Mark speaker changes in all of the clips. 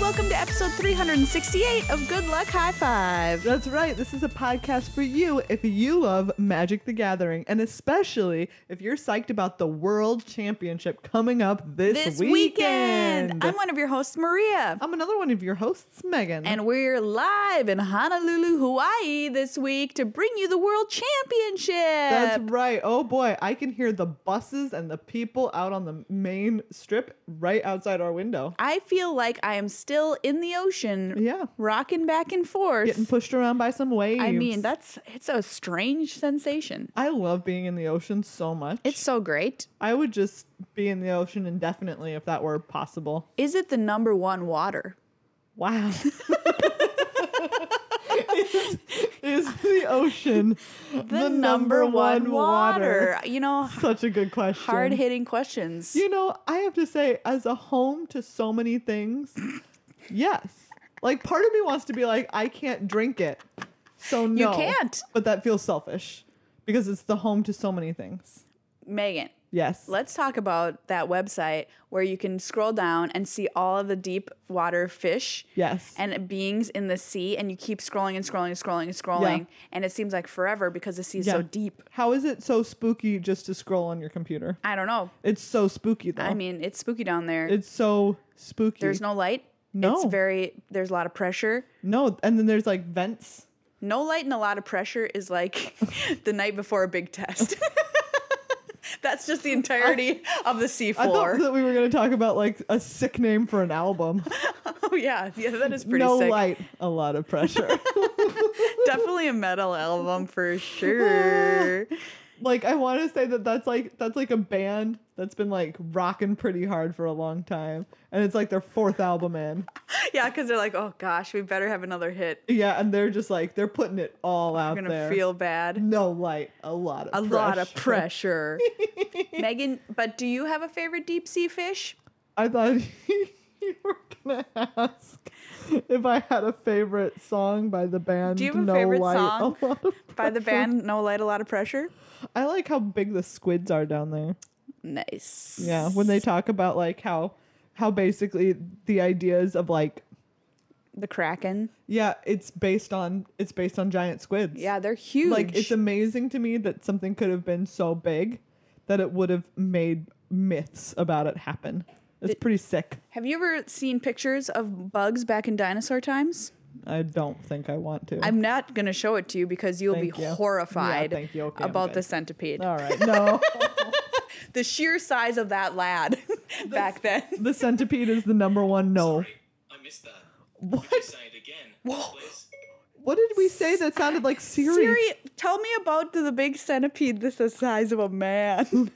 Speaker 1: welcome to episode 368 of Good Luck High Five.
Speaker 2: That's right. This is a podcast for you if you love Magic the Gathering, and especially if you're psyched about the World Championship coming up this,
Speaker 1: This
Speaker 2: weekend. Oh.
Speaker 1: weekend, I'm one of your hosts, Maria.
Speaker 2: I'm another one of your hosts, Megan.
Speaker 1: And we're live in Honolulu, Hawaii this week to bring you the World Championship.
Speaker 2: that's right. Oh boy, I can hear the buses and the people out on the main strip right outside our window.
Speaker 1: I feel like I am still in the ocean,
Speaker 2: Yeah.
Speaker 1: rocking back and forth.
Speaker 2: Getting pushed around by some waves.
Speaker 1: I mean, that's it's a strange sensation.
Speaker 2: I love being in the ocean so much.
Speaker 1: It's so great.
Speaker 2: I would just be in the ocean indefinitely if that were possible.
Speaker 1: Is it the number one water?
Speaker 2: Wow. is, is the ocean the,
Speaker 1: You know,
Speaker 2: Such a good question.
Speaker 1: hard hitting questions.
Speaker 2: You know, I have to say, as a home to so many things, yes. Like, part of me wants to be like, I can't drink it. So, no.
Speaker 1: can't.
Speaker 2: But that feels selfish because it's the home to so many things.
Speaker 1: Megan,
Speaker 2: Yes.
Speaker 1: let's talk about that website where you can scroll down and see all of the deep water fish
Speaker 2: yes.
Speaker 1: and beings in the sea, and you keep scrolling and scrolling and scrolling and scrolling, and it seems like forever because the sea is so
Speaker 2: Yeah.
Speaker 1: deep.
Speaker 2: How is it so spooky just to scroll on your computer?
Speaker 1: I don't know.
Speaker 2: It's so spooky, though.
Speaker 1: I mean, it's spooky down there.
Speaker 2: it's so spooky.
Speaker 1: there's no light.
Speaker 2: No.
Speaker 1: It's very, there's a lot of pressure.
Speaker 2: No, and then there's like vents.
Speaker 1: No light and a lot of pressure is like the night before a big test. That's just the entirety of the sea
Speaker 2: I
Speaker 1: floor.
Speaker 2: thought that we were going to talk about like a sick name for an album.
Speaker 1: oh yeah, yeah, that is pretty
Speaker 2: no
Speaker 1: sick.
Speaker 2: light, a lot of pressure.
Speaker 1: Definitely a metal album for sure.
Speaker 2: like I want to say that that's like that's like a band that's been like rocking pretty hard for a long time, and it's like their fourth album in.
Speaker 1: yeah, because they're like, oh gosh, we better have another hit.
Speaker 2: Yeah, and they're just like they're putting it all out
Speaker 1: We're gonna
Speaker 2: there.
Speaker 1: feel bad.
Speaker 2: no light, a lot of
Speaker 1: A
Speaker 2: pressure.
Speaker 1: lot of pressure. Megan, but do you have a favorite deep sea fish?
Speaker 2: I thought you were gonna ask if I had a favorite song by the band.
Speaker 1: Do you have a
Speaker 2: no
Speaker 1: favorite
Speaker 2: light,
Speaker 1: song
Speaker 2: a lot of
Speaker 1: By the band No Light, A Lot of Pressure?
Speaker 2: I like how big the squids are down there.
Speaker 1: Nice.
Speaker 2: Yeah, when they talk about like how how basically the ideas of like
Speaker 1: The Kraken.
Speaker 2: yeah, it's based on it's based on giant squids.
Speaker 1: Yeah, they're huge.
Speaker 2: Like it's amazing to me that something could have been so big that it would have made myths about it happen. It's pretty sick.
Speaker 1: Have you ever seen pictures of bugs back in dinosaur times?
Speaker 2: I don't think I want to.
Speaker 1: I'm not going to show it to you because you'll
Speaker 2: Thank
Speaker 1: be
Speaker 2: you. Yeah,
Speaker 1: horrified
Speaker 2: thank you. Okay, I'm
Speaker 1: about
Speaker 2: good.
Speaker 1: the centipede.
Speaker 2: All right. No.
Speaker 1: The sheer size of that lad back then.
Speaker 2: the centipede is the number one no.
Speaker 3: I missed that.
Speaker 2: What
Speaker 3: Could you say it again, please?
Speaker 2: what did we say that sounded like Siri?
Speaker 1: Siri, tell me about the big centipede that's the size of a man.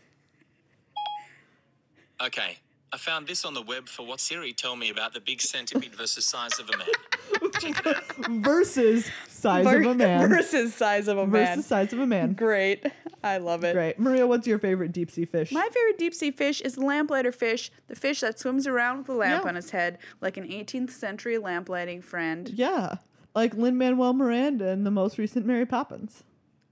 Speaker 3: Okay, I found this on the web for what Siri told me about the big centipede versus size of a man.
Speaker 2: versus size of a man.
Speaker 1: Versus size of a man.
Speaker 2: versus size of a man.
Speaker 1: Great. I love it.
Speaker 2: Great. Maria, what's your favorite deep sea fish?
Speaker 1: My favorite deep sea fish is the lamplighter fish, the fish that swims around with a lamp
Speaker 2: Yeah.
Speaker 1: on his head like an 18th century lamplighting friend.
Speaker 2: yeah. Like Lin Manuel Miranda in the most recent Mary Poppins.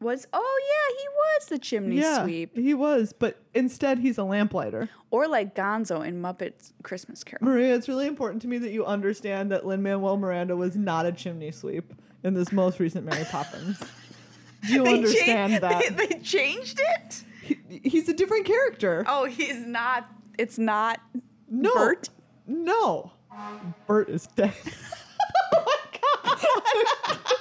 Speaker 1: Was oh yeah, he was the chimney
Speaker 2: yeah.
Speaker 1: sweep,
Speaker 2: He was, but instead he's a lamplighter.
Speaker 1: or like Gonzo in Muppets Christmas Carol.
Speaker 2: Maria, it's really important to me that you understand that Lin Manuel Miranda was not a chimney sweep in this most recent Mary Poppins. Do you understand that?
Speaker 1: They, they changed it.
Speaker 2: He- he's a different character.
Speaker 1: Oh, he's not. It's not.
Speaker 2: no.
Speaker 1: Bert?
Speaker 2: No. Bert is dead. oh my god.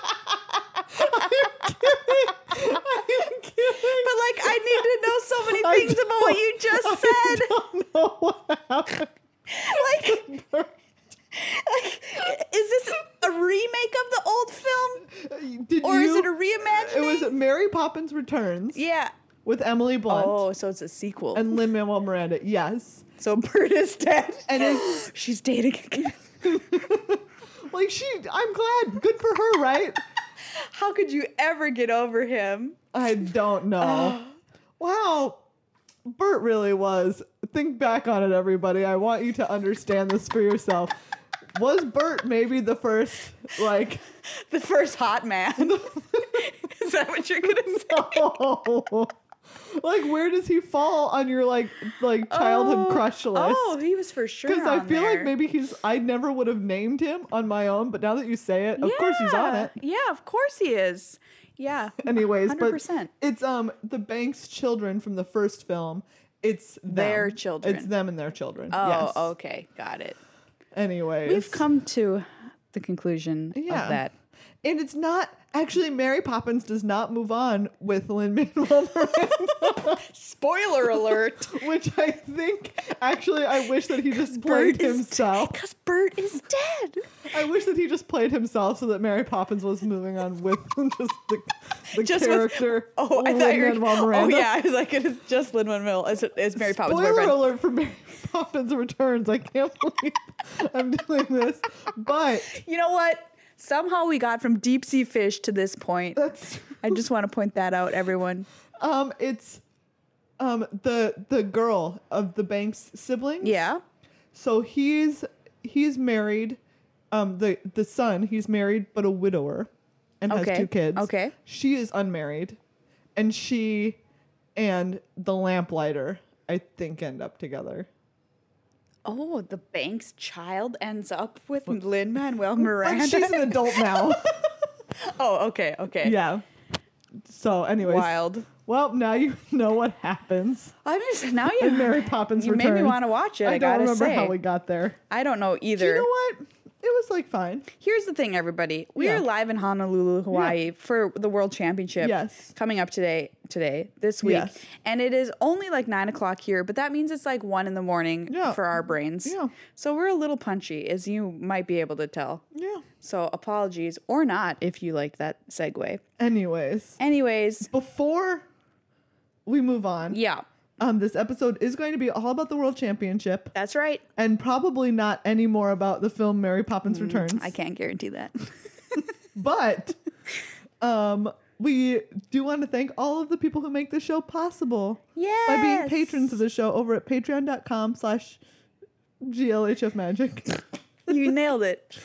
Speaker 2: I'm kidding. I'm kidding.
Speaker 1: But like, I need to know so
Speaker 2: I
Speaker 1: many things about what you just
Speaker 2: I
Speaker 1: said.
Speaker 2: don't know what happened.
Speaker 1: Like, like, is this a remake of the old film,
Speaker 2: Did
Speaker 1: or is
Speaker 2: you-
Speaker 1: it a reimagining?
Speaker 2: It was Mary Poppins Returns
Speaker 1: yeah.
Speaker 2: with Emily Blunt
Speaker 1: Oh, so it's a sequel.
Speaker 2: and Lin Manuel Miranda. Yes,
Speaker 1: so Bert is dead,
Speaker 2: and it's
Speaker 1: she's dating again.
Speaker 2: like she. I'm glad. Good for her, right?
Speaker 1: How could you ever get over him?
Speaker 2: I don't know. wow, Bert really was. Think back on it, everybody. I want you to understand this for yourself. Was Bert maybe the first like?
Speaker 1: The first hot man. Is that what you're gonna say?
Speaker 2: Oh, like where does he fall on your like like childhood
Speaker 1: Oh,
Speaker 2: crush list?
Speaker 1: Oh, he was for sure.
Speaker 2: Because I
Speaker 1: on
Speaker 2: feel like
Speaker 1: there.
Speaker 2: maybe he's I never would have named him on my own, but now that you say it, of course he's on
Speaker 1: Yeah.
Speaker 2: it.
Speaker 1: Yeah, of course he is. Yeah.
Speaker 2: Anyways, but
Speaker 1: 100%.
Speaker 2: it's um the Banks children from the first film. It's them.
Speaker 1: Their children.
Speaker 2: It's them and their children.
Speaker 1: Oh,
Speaker 2: yes.
Speaker 1: okay. Got it.
Speaker 2: Anyways,
Speaker 1: We've come to the conclusion
Speaker 2: Yeah.
Speaker 1: of that.
Speaker 2: and it's not actually Mary Poppins does not move on with Lin Manuel Miranda,
Speaker 1: Spoiler alert.
Speaker 2: which I think actually I wish that he just played himself.
Speaker 1: Because Bert is dead.
Speaker 2: I wish that he just played himself so that Mary Poppins was moving on with just the, the
Speaker 1: Just with-
Speaker 2: character.
Speaker 1: Oh, I thought you were.
Speaker 2: Lin-Manuel
Speaker 1: Oh,
Speaker 2: Miranda.
Speaker 1: yeah. I was like, it's just Lin Manuel as, as Mary Poppins'
Speaker 2: Spoiler
Speaker 1: boyfriend.
Speaker 2: alert for Mary Poppins Returns. I can't believe I'm doing this, but
Speaker 1: You know what? Somehow we got from deep sea fish to this point.
Speaker 2: that's
Speaker 1: I just want to point that out, everyone.
Speaker 2: um, it's um the the girl of the Banks siblings.
Speaker 1: Yeah.
Speaker 2: So he's he's married, um the the son he's married but a widower, and
Speaker 1: Okay,
Speaker 2: has two kids.
Speaker 1: okay.
Speaker 2: She is unmarried, and she and the lamplighter I think end up together.
Speaker 1: Oh, the bank's child ends up with Lin Manuel Miranda.
Speaker 2: But she's an adult now.
Speaker 1: oh, okay, okay.
Speaker 2: yeah. So anyways,
Speaker 1: Wild.
Speaker 2: Well, now you know what happens.
Speaker 1: I'm just now you
Speaker 2: in Mary Poppins
Speaker 1: You made me
Speaker 2: Returns.
Speaker 1: wanna watch it, I
Speaker 2: don't
Speaker 1: gotta
Speaker 2: remember how
Speaker 1: say.
Speaker 2: we got there.
Speaker 1: I don't know either.
Speaker 2: You know what? It was like fine.
Speaker 1: Here's the thing, everybody. We
Speaker 2: Yeah.
Speaker 1: are live in Honolulu, Hawaii for the World Championship.
Speaker 2: Yes.
Speaker 1: Coming up today, today, this week.
Speaker 2: Yes.
Speaker 1: And it is only like nine o'clock here, but that means it's like one in the morning
Speaker 2: Yeah.
Speaker 1: for our brains.
Speaker 2: Yeah.
Speaker 1: So we're a little punchy, as you might be able to tell.
Speaker 2: Yeah.
Speaker 1: So apologies or not if you liked that segue.
Speaker 2: Anyways,
Speaker 1: Anyways,
Speaker 2: before we move on,
Speaker 1: yeah,
Speaker 2: um, this episode is going to be all about the World Championship
Speaker 1: that's right.
Speaker 2: and probably not any more about the film Mary Poppins Returns.
Speaker 1: Mm, I can't guarantee that.
Speaker 2: But um, we do want to thank all of the people who make this show possible. By being
Speaker 1: Yes.
Speaker 2: patrons of the show over at patreon.com slash GLHF magic.
Speaker 1: you nailed it.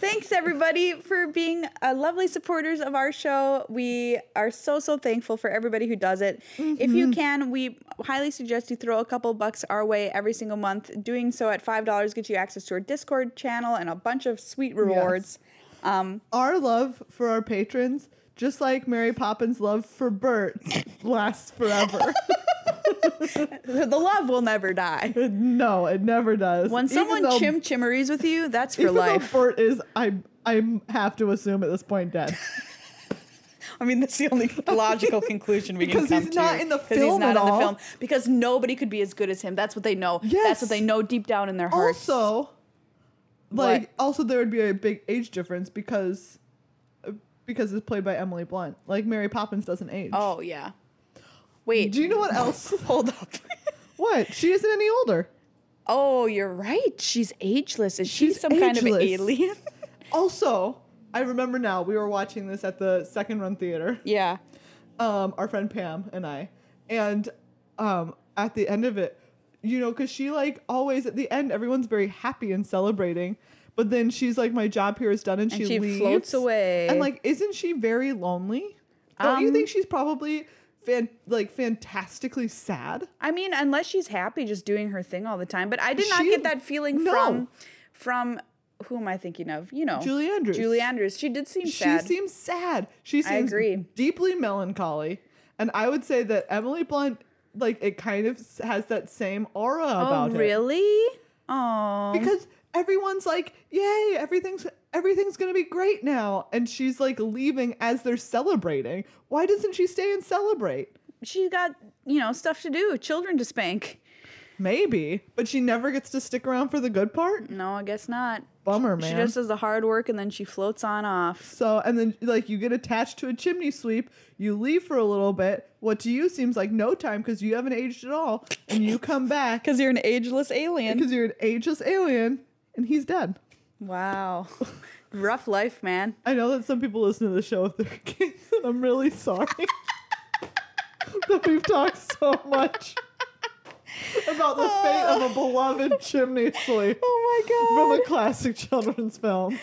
Speaker 1: Thanks everybody for being uh, lovely supporters of our show. We are so so thankful for everybody who does it. If
Speaker 2: Mm-hmm.
Speaker 1: you can, we highly suggest you throw a couple bucks our way every single month. Doing so at five dollars gets you access to our Discord channel and a bunch of sweet rewards. Um,
Speaker 2: our love for our patrons, just like Mary Poppins' love for Bert, lasts forever.
Speaker 1: the love will never die.
Speaker 2: no, it never does.
Speaker 1: When
Speaker 2: Even
Speaker 1: someone
Speaker 2: though-
Speaker 1: chim chimmeries with you, that's for
Speaker 2: even
Speaker 1: life.
Speaker 2: though Bert is, I I have to assume at this point dead
Speaker 1: I mean, that's the only logical conclusion we
Speaker 2: Because
Speaker 1: can come
Speaker 2: he's not
Speaker 1: to.
Speaker 2: in the
Speaker 1: 'Cause he's
Speaker 2: film
Speaker 1: not
Speaker 2: at
Speaker 1: in the
Speaker 2: all.
Speaker 1: film. Because nobody could be as good as him. That's what they know. That's
Speaker 2: Yes.
Speaker 1: what they know deep down in their hearts.
Speaker 2: also, like
Speaker 1: What?
Speaker 2: also there would be a big age difference because uh, because it's played by Emily Blunt. Like Mary Poppins doesn't age.
Speaker 1: oh yeah. Wait,
Speaker 2: Do you know what else?
Speaker 1: hold up.
Speaker 2: what? She isn't any older.
Speaker 1: oh, you're right. She's ageless. Is she
Speaker 2: She's
Speaker 1: some kind of
Speaker 2: ageless.
Speaker 1: alien?
Speaker 2: Also, I remember now we were watching this at the second run theater.
Speaker 1: yeah.
Speaker 2: um, our friend Pam and I, and um, at the end of it, you know, because she like always at the end, everyone's very happy and celebrating, but then she's like, "My job here is done," and,
Speaker 1: she
Speaker 2: leaves,
Speaker 1: floats away.
Speaker 2: And like, isn't she very lonely? Don't you
Speaker 1: Um,
Speaker 2: think she's probably fan- like fantastically sad?
Speaker 1: I mean, unless she's happy just doing her thing all the time. But I did not
Speaker 2: She-
Speaker 1: get that feeling
Speaker 2: No.
Speaker 1: from from who am I thinking of? You know,
Speaker 2: Julie Andrews.
Speaker 1: Julie Andrews. She did seem
Speaker 2: She
Speaker 1: sad.
Speaker 2: seems sad. She seems
Speaker 1: I agree.
Speaker 2: deeply melancholy, and I would say that Emily Blunt, like, it kind of s- has that same aura
Speaker 1: oh,
Speaker 2: about it.
Speaker 1: really? Oh.
Speaker 2: because everyone's like, "Yay, everything's everything's going to be great now." And she's like leaving as they're celebrating. Why doesn't she stay and celebrate?
Speaker 1: she's got you know stuff to do children to spank
Speaker 2: Maybe, but she never gets to stick around for the good part.
Speaker 1: no i guess not
Speaker 2: Bummer, man.
Speaker 1: she just does the hard work and then she floats on off
Speaker 2: so, and then like you get attached to a chimney sweep, you leave for a little bit. What to you seems like no time because you haven't aged at all, and you come back
Speaker 1: because you're an ageless alien
Speaker 2: because you're an ageless alien, and he's dead.
Speaker 1: wow rough life man
Speaker 2: I know that some people listen to the show with their kids, and I'm really sorry that we've talked so much about the fate of a beloved chimney sweep
Speaker 1: oh my
Speaker 2: from a classic children's film.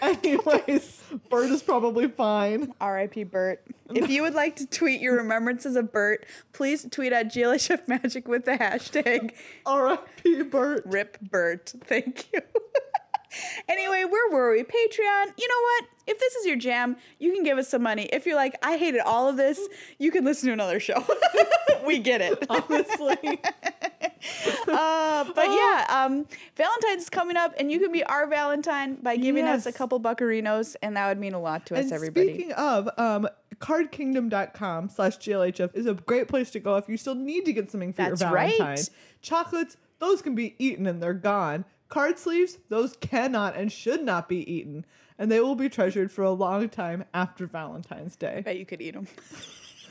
Speaker 2: Anyways, Bert is probably fine.
Speaker 1: R.I.P. Bert. If you would like to tweet your remembrances of Bert, please tweet at GLA Shift Magic with the hashtag
Speaker 2: R.I.P. Bert.
Speaker 1: Rip Bert. Thank you. anyway, where were we? Patreon. You know what? If this is your jam, you can give us some money. If you're like, I hated all of this, you can listen to another show. we get it. Uh,
Speaker 2: Honestly,
Speaker 1: But yeah, um, Valentine's is coming up, and you can be our Valentine by giving us
Speaker 2: Yes.
Speaker 1: a couple buccarinos, and that would mean a lot to us,
Speaker 2: and
Speaker 1: everybody.
Speaker 2: speaking of, um, cardkingdom.com slash GLHF is a great place to go if you still need to get something for
Speaker 1: That's
Speaker 2: your
Speaker 1: right.
Speaker 2: Valentine. Chocolates, those can be eaten and they're gone. Card sleeves, those cannot and should not be eaten. And they will be treasured for a long time after Valentine's Day.
Speaker 1: Bet you could eat them.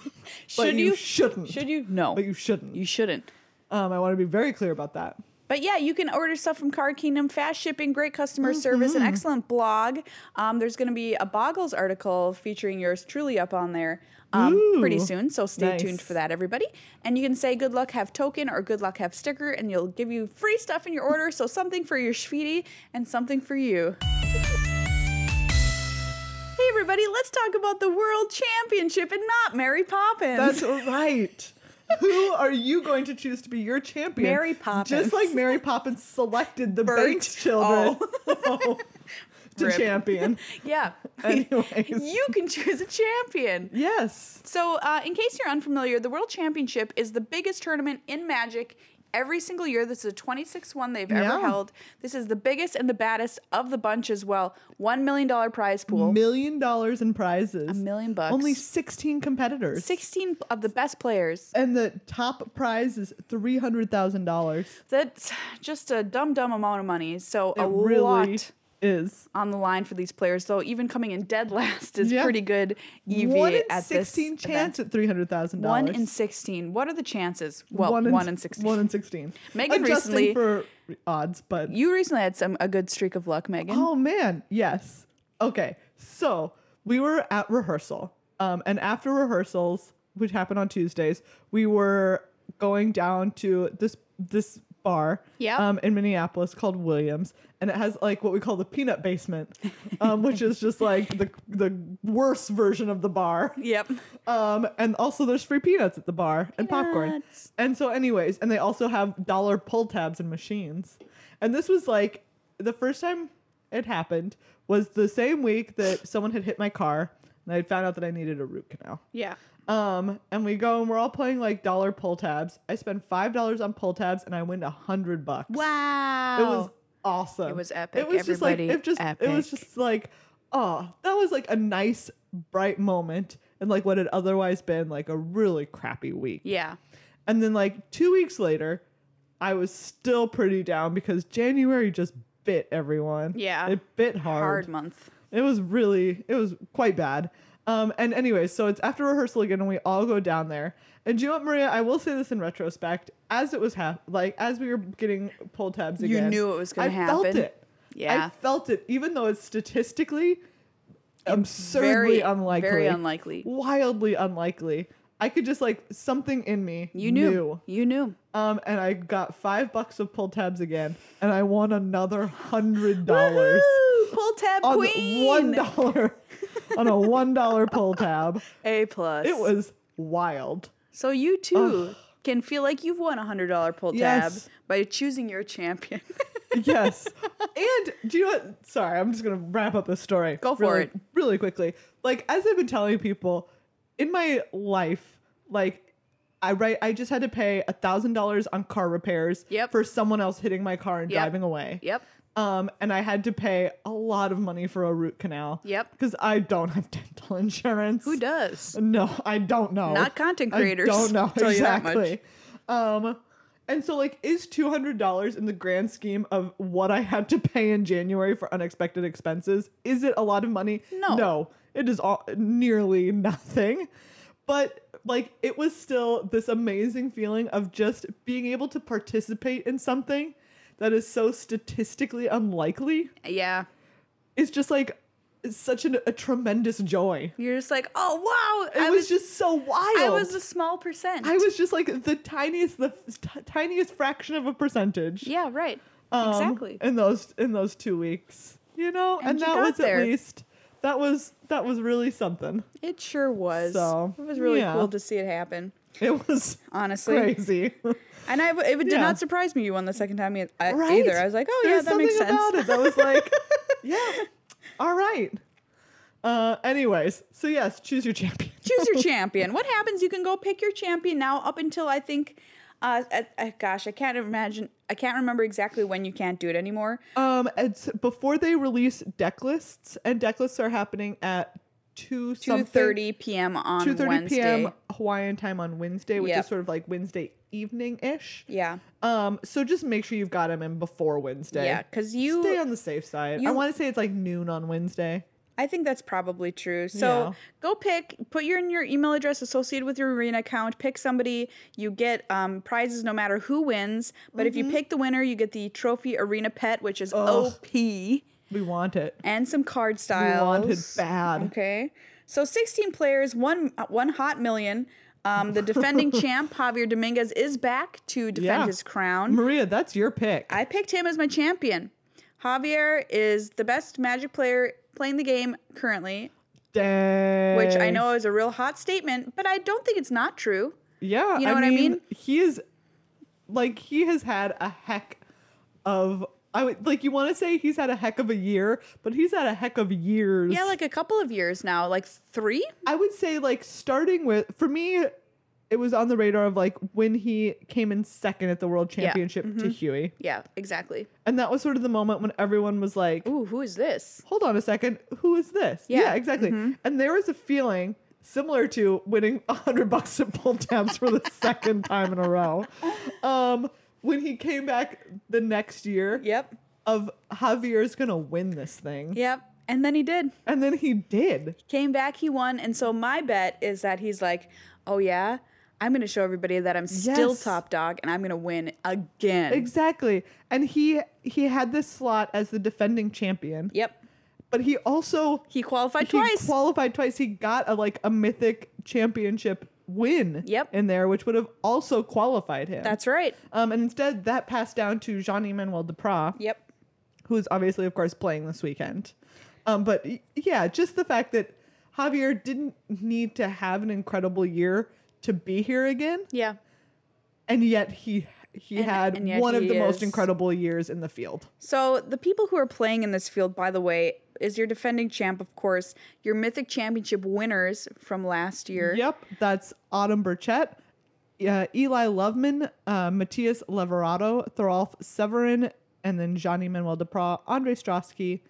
Speaker 2: But
Speaker 1: should
Speaker 2: you
Speaker 1: you?
Speaker 2: shouldn't.
Speaker 1: Should you? No.
Speaker 2: But you shouldn't.
Speaker 1: You shouldn't.
Speaker 2: um, I want to be very clear about that.
Speaker 1: But yeah, you can order stuff from Card Kingdom, fast shipping, great customer service,
Speaker 2: Mm-hmm.
Speaker 1: an excellent blog. Um, there's going to be a Boggles article featuring yours truly up on there um, pretty
Speaker 2: Ooh,
Speaker 1: soon. So stay tuned
Speaker 2: nice.
Speaker 1: for that, everybody. And you can say good luck have token or good luck have sticker, and you'll give you free stuff in your order. So something for your schweetie and something for you. Hey, everybody, let's talk about the World Championship and not Mary Poppins.
Speaker 2: That's right. Who are you going to choose to be your champion?
Speaker 1: Mary Poppins.
Speaker 2: Just like Mary Poppins selected the
Speaker 1: Bert.
Speaker 2: Banks children to
Speaker 1: Rip.
Speaker 2: champion.
Speaker 1: yeah.
Speaker 2: Anyways.
Speaker 1: you can choose a champion.
Speaker 2: yes.
Speaker 1: So, uh, in case you're unfamiliar, the World Championship is the biggest tournament in Magic every single year. This is the 26th one they've ever
Speaker 2: Yeah.
Speaker 1: held. This is the biggest and the baddest of the bunch as well. $1 million prize pool.
Speaker 2: Million dollars in prizes. A
Speaker 1: million bucks.
Speaker 2: Only 16 competitors.
Speaker 1: 16 of the best players.
Speaker 2: And the top prize is $300,000.
Speaker 1: That's just a dumb, dumb amount of money. So, a
Speaker 2: It really
Speaker 1: lot
Speaker 2: is.
Speaker 1: on the line for these players. Though, even coming in dead last is
Speaker 2: Yeah.
Speaker 1: pretty good EV
Speaker 2: One in
Speaker 1: at
Speaker 2: 16
Speaker 1: this
Speaker 2: chance
Speaker 1: event.
Speaker 2: at $300,000.
Speaker 1: One in 16. What are the chances? Well, one in, 16.
Speaker 2: One in 16.
Speaker 1: Megan
Speaker 2: Adjusting
Speaker 1: recently-
Speaker 2: for odds, but
Speaker 1: you recently had some a good streak of luck, Megan.
Speaker 2: Oh man, yes. Okay, so we were at rehearsal, um, and after rehearsals, which happened on Tuesdays, we were going down to this this bar,
Speaker 1: Yep.
Speaker 2: um, in Minneapolis called Williams, and it has like what we call the peanut basement, um, which is just like the the worst version of the bar.
Speaker 1: Yep.
Speaker 2: Um, and also there's free peanuts at the bar and popcorn.
Speaker 1: Peanuts.
Speaker 2: And so, anyways, and they also have dollar pull tabs and machines. And this was like the first time it happened was the same week that someone had hit my car and I had found out that I needed a root canal.
Speaker 1: Yeah.
Speaker 2: Um, and we go and we're all playing like dollar pull tabs. I spend five dollars on pull tabs and I win a hundred bucks.
Speaker 1: Wow.
Speaker 2: It was awesome.
Speaker 1: Oh. It was epic,
Speaker 2: It was just like
Speaker 1: everybody,
Speaker 2: it just it was
Speaker 1: epic.
Speaker 2: just like oh, that was like a nice bright moment and like what had otherwise been like a really crappy week.
Speaker 1: yeah.
Speaker 2: And then like 2 weeks later, I was still pretty down because January just bit everyone.
Speaker 1: Yeah.
Speaker 2: It bit
Speaker 1: Hard month.
Speaker 2: it was really, it was quite bad. Um, and anyway, so it's after rehearsal again, and we all go down there. And do you know what, Maria? I will say this in retrospect, as it was hap- like as we were getting pull tabs
Speaker 1: You
Speaker 2: again,
Speaker 1: knew it was gonna
Speaker 2: I felt
Speaker 1: happen.
Speaker 2: it.
Speaker 1: Yeah.
Speaker 2: I felt it, even though it's statistically absurdly
Speaker 1: Very
Speaker 2: unlikely,
Speaker 1: Very unlikely.
Speaker 2: wildly unlikely. I could just like something in me
Speaker 1: You knew. You knew.
Speaker 2: um, and I got five bucks of pull tabs again, and I won another hundred dollars
Speaker 1: Pull tab
Speaker 2: on
Speaker 1: queen.
Speaker 2: one dollar on a one dollar pull tab.
Speaker 1: A plus.
Speaker 2: It was wild.
Speaker 1: So you too can feel like you've won a hundred dollar pull tab
Speaker 2: Yes.
Speaker 1: by choosing your champion.
Speaker 2: Yes. and do you know what? Sorry, I'm just gonna wrap up this story.
Speaker 1: Go for
Speaker 2: really-
Speaker 1: it.
Speaker 2: Really quickly. Like as I've been telling people, in my life, like I right I just had to pay a thousand dollars on car repairs
Speaker 1: Yep.
Speaker 2: for someone else hitting my car and
Speaker 1: Yep.
Speaker 2: driving away.
Speaker 1: yep.
Speaker 2: Um, and I had to pay a lot of money for a root canal.
Speaker 1: Yep.
Speaker 2: Because I don't have dental insurance.
Speaker 1: Who does?
Speaker 2: No, I don't know.
Speaker 1: Not content creators,
Speaker 2: I don't know
Speaker 1: tell you that much.
Speaker 2: exactly. Um, and so like, is two hundred dollars in the grand scheme of what I had to pay in January for unexpected expenses? Is it a lot of money?
Speaker 1: No.
Speaker 2: no, it is all, nearly nothing. But like, it was still this amazing feeling of just being able to participate in something that is so statistically unlikely.
Speaker 1: Yeah.
Speaker 2: It's just like it's such an, a tremendous joy.
Speaker 1: You're just like, oh wow.
Speaker 2: It
Speaker 1: I
Speaker 2: was, just so wild.
Speaker 1: I was a small percent.
Speaker 2: I was just like the tiniest, the t- tiniest fraction of a percentage.
Speaker 1: Yeah, right.
Speaker 2: um,
Speaker 1: exactly.
Speaker 2: In those in those two weeks, you know,
Speaker 1: And
Speaker 2: and,
Speaker 1: you
Speaker 2: that
Speaker 1: got
Speaker 2: was
Speaker 1: there.
Speaker 2: at least that was that was really something.
Speaker 1: It sure was.
Speaker 2: So,
Speaker 1: it was really
Speaker 2: yeah.
Speaker 1: cool to see it happen.
Speaker 2: It was
Speaker 1: Honestly,
Speaker 2: crazy.
Speaker 1: and I it did
Speaker 2: Yeah.
Speaker 1: not surprise me you won the second time e- I-
Speaker 2: Right?
Speaker 1: either. I was like, oh
Speaker 2: There's
Speaker 1: yeah, that makes
Speaker 2: something
Speaker 1: sense.
Speaker 2: About it that was like, yeah, all right. Uh, anyways, so yes, choose your champion.
Speaker 1: Choose your champion. What happens? You can go pick your champion now. Up until I think, uh, uh, uh, gosh, I can't imagine. I can't remember exactly when you can't do it anymore.
Speaker 2: Um, it's before they release deck lists, and deck lists are happening at two
Speaker 1: Two thirty p.m. on
Speaker 2: two thirty
Speaker 1: Wednesday.
Speaker 2: p.m. Hawaiian time on Wednesday, which
Speaker 1: Yep.
Speaker 2: is sort of like Wednesday evening ish.
Speaker 1: Yeah,
Speaker 2: Um, so just make sure you've got them in before Wednesday.
Speaker 1: yeah, because you
Speaker 2: stay on the safe side. I
Speaker 1: you-
Speaker 2: want to say it's like noon on Wednesday.
Speaker 1: I think that's probably true. So
Speaker 2: Yeah.
Speaker 1: go pick, put your in your email address associated with your arena account. Pick somebody. You get um, prizes no matter who wins. But if
Speaker 2: Mm-hmm.
Speaker 1: you pick the winner, you get the trophy arena pet, which is OP,
Speaker 2: We want it.
Speaker 1: and some card
Speaker 2: We want it
Speaker 1: styles.
Speaker 2: bad.
Speaker 1: Okay, so 16 players, one uh, one hot million. Um, the defending champ Javier Dominguez is back to defend
Speaker 2: Yeah. Mm-hmm.
Speaker 1: his crown.
Speaker 2: Maria, that's your pick.
Speaker 1: I picked him as my champion. Javier is the best Magic player playing the game currently
Speaker 2: Dang.
Speaker 1: which I know is a real hot statement, but I don't think it's not true.
Speaker 2: Yeah,
Speaker 1: You know what I mean?
Speaker 2: He is like he has had a heck of I would like you want to say he's had a heck of a year, but he's had a heck of years.
Speaker 1: Yeah, like a couple of years now, like three.
Speaker 2: I would say like starting with for me it was on the radar of like when he came in second at the world championship to Huey.
Speaker 1: Yeah, exactly.
Speaker 2: And that was sort of the moment when everyone was like,
Speaker 1: Ooh, who is this?
Speaker 2: hold on a second, who is this?
Speaker 1: Yeah.
Speaker 2: exactly. And there was a feeling similar to winning a hundred bucks at pull tabs for the second time in a row. Um, when he came back the next year
Speaker 1: Yep,
Speaker 2: of Javier's gonna win this thing.
Speaker 1: yep. And then he did.
Speaker 2: And then he did.
Speaker 1: Came back, he won. And so my bet is that he's like, oh yeah, I'm going to show everybody that I'm still
Speaker 2: Yes.
Speaker 1: top dog and I'm going to win again.
Speaker 2: Exactly. And he he had this slot as the defending champion.
Speaker 1: yep.
Speaker 2: But he also
Speaker 1: He qualified
Speaker 2: he
Speaker 1: twice.
Speaker 2: qualified twice. He got a like a mythic championship win
Speaker 1: Yep.
Speaker 2: in there, which would have also qualified him.
Speaker 1: That's right.
Speaker 2: Um, and instead, that passed down to Jean Emmanuel Duprat,
Speaker 1: Yep.
Speaker 2: who is obviously, of course, playing this weekend. Um, but y- yeah, just the fact that Javier didn't need to have an incredible year to be here again,
Speaker 1: Yeah.
Speaker 2: and yet he he
Speaker 1: And-
Speaker 2: had
Speaker 1: and yet
Speaker 2: one
Speaker 1: he
Speaker 2: of the
Speaker 1: is.
Speaker 2: most incredible years in the field.
Speaker 1: So the people who are playing in this field, by the way, is your defending champ, of course, your mythic championship winners from last year.
Speaker 2: Yep, that's Autumn Burchett, uh, Eli Loveman, uh, Matthias Leverado, Thorolf Severin, and then Jean Emmanuel Duprat, Andre Strosky,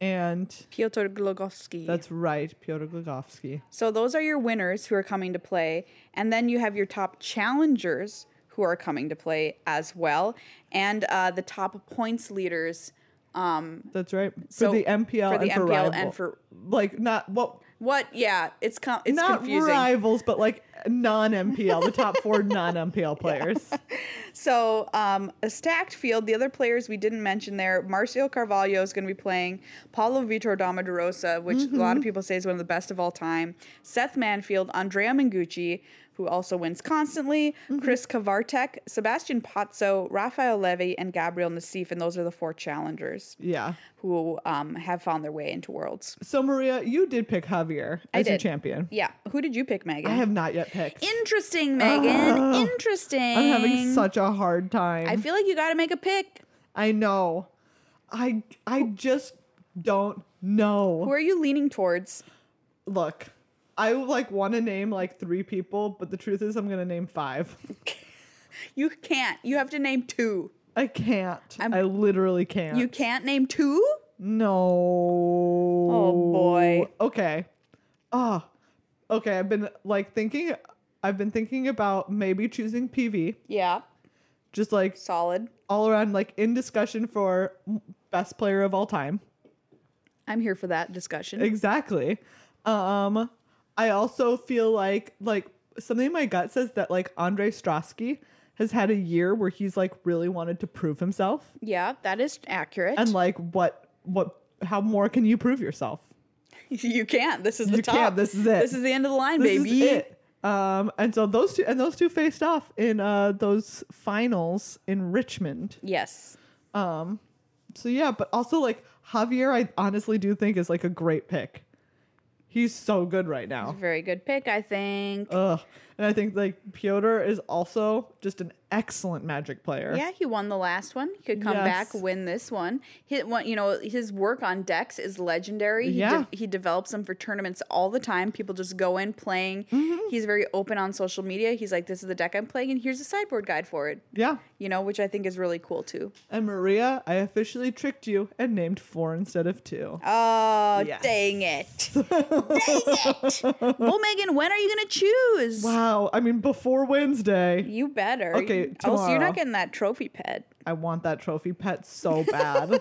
Speaker 2: and
Speaker 1: Piotr Glogowski.
Speaker 2: that's right, Piotr Glagowski.
Speaker 1: so those are your winners who are coming to play, and then you have your top challengers who are coming to play as well, and uh, the top points leaders.
Speaker 2: That's right.
Speaker 1: So,
Speaker 2: for the MPL
Speaker 1: for the
Speaker 2: and for
Speaker 1: MPL
Speaker 2: rival.
Speaker 1: and for-
Speaker 2: like not well
Speaker 1: What? Yeah, it's com- it's
Speaker 2: not
Speaker 1: confusing.
Speaker 2: rivals, but like non MPL, the top four non MPL players.
Speaker 1: So um, a stacked field. The other players we didn't mention there. Marcio Carvalho is going to be playing. Paulo Vitor Domaderosa, which a
Speaker 2: Mm-hmm.
Speaker 1: lot of people say is one of the best of all time. Seth Manfield, Andrea Mangucci, who also wins constantly.
Speaker 2: Mm-hmm.
Speaker 1: Chris Kavartek, Sebastian Pozzo, Rafael Levy, and Gabriel Nassif, and those are the four challengers
Speaker 2: Yeah.
Speaker 1: who um, have found their way into worlds.
Speaker 2: So Maria, you did pick Javier
Speaker 1: I
Speaker 2: as your
Speaker 1: did.
Speaker 2: champion.
Speaker 1: Yeah. Who did you pick, Megan?
Speaker 2: I have not yet picked.
Speaker 1: Interesting, Megan. Interesting.
Speaker 2: I'm having such a hard time.
Speaker 1: I feel like you got to make a pick.
Speaker 2: I know. I I just don't
Speaker 1: Who
Speaker 2: know.
Speaker 1: are you leaning towards?
Speaker 2: Look, I like want to name like three people, but the truth is I'm gonna name five.
Speaker 1: You can't. You have to name two.
Speaker 2: I can't.
Speaker 1: I'm-
Speaker 2: i literally can't.
Speaker 1: You can't name two?
Speaker 2: No.
Speaker 1: Oh,
Speaker 2: Oh
Speaker 1: boy.
Speaker 2: Okay. Oh. Okay, I've been like thinking I've been thinking about maybe choosing PV.
Speaker 1: Yeah.
Speaker 2: Just like
Speaker 1: Solid.
Speaker 2: all around like in discussion for best player of all time.
Speaker 1: I'm here for that discussion.
Speaker 2: Exactly. Um I also feel like like something in my gut says that like Andre Strosky has had a year where he's like really wanted to prove himself
Speaker 1: yeah, that is accurate.
Speaker 2: and like what what how more can you prove yourself?
Speaker 1: you can't. This is the
Speaker 2: You
Speaker 1: top.
Speaker 2: can't. This is it.
Speaker 1: This is the end of the line,
Speaker 2: This is
Speaker 1: baby.
Speaker 2: it. Um, and so those two and those two faced off in uh those finals in Richmond.
Speaker 1: Yes.
Speaker 2: Um, so yeah, but also like Javier, I honestly do think is like a great pick. He's so good right now.
Speaker 1: Very good pick, I think.
Speaker 2: Ugh. And I think like Piotr is also just an excellent magic player.
Speaker 1: Yeah, he won the last one. He could come back,
Speaker 2: Yes.
Speaker 1: win this one. His, one, you know, his work on decks is legendary. He,
Speaker 2: Yeah.
Speaker 1: he develops them for tournaments all the time. People just go in playing.
Speaker 2: Mm-hmm.
Speaker 1: He's very open on social media. He's like, "This is the deck I'm playing, and here's a sideboard guide for it."
Speaker 2: Yeah.
Speaker 1: You know, which I think is really cool too.
Speaker 2: And Maria, I officially tricked you and named four instead of two.
Speaker 1: Oh,
Speaker 2: Yes.
Speaker 1: dang it! dang it! Well, Megan, when are you gonna choose?
Speaker 2: Wow. I mean, before Wednesday,
Speaker 1: You better.
Speaker 2: Okay,
Speaker 1: Oh, so you're
Speaker 2: tomorrow.
Speaker 1: not getting that trophy pet.
Speaker 2: I want that trophy pet so bad.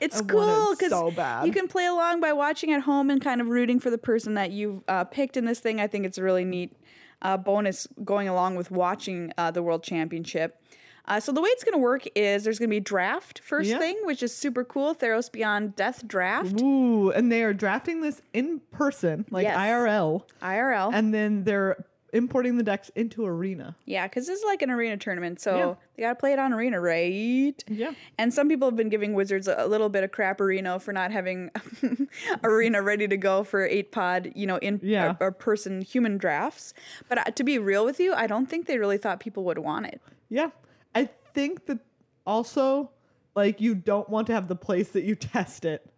Speaker 1: It's
Speaker 2: I want it
Speaker 1: cool because
Speaker 2: so bad.
Speaker 1: you can play along by watching at home and kind of rooting for the person that you've uh, picked in this thing. I think it's a really neat uh, bonus going along with watching uh, the World Championship. Uh, so the way it's going to work is there's going to be draft first
Speaker 2: Yeah. Mm-hmm.
Speaker 1: thing, which is super cool. Theros Beyond Death Draft
Speaker 2: Ooh, and they are drafting this in person, like
Speaker 1: Yes.
Speaker 2: IRL,
Speaker 1: IRL.
Speaker 2: and then they're importing the decks into Arena.
Speaker 1: Yeah, because this is like an arena tournament, so
Speaker 2: Yeah.
Speaker 1: they gotta play it on arena, right?
Speaker 2: Yeah.
Speaker 1: And some people have been giving Wizards a a little bit of crap arena for not having arena ready to go for eight pod, you know, in
Speaker 2: Yeah.
Speaker 1: or, or person human drafts. But uh, to be real with you, I don't think they really thought people would want it.
Speaker 2: Yeah. I think that also, like, you don't want to have the place that you test it.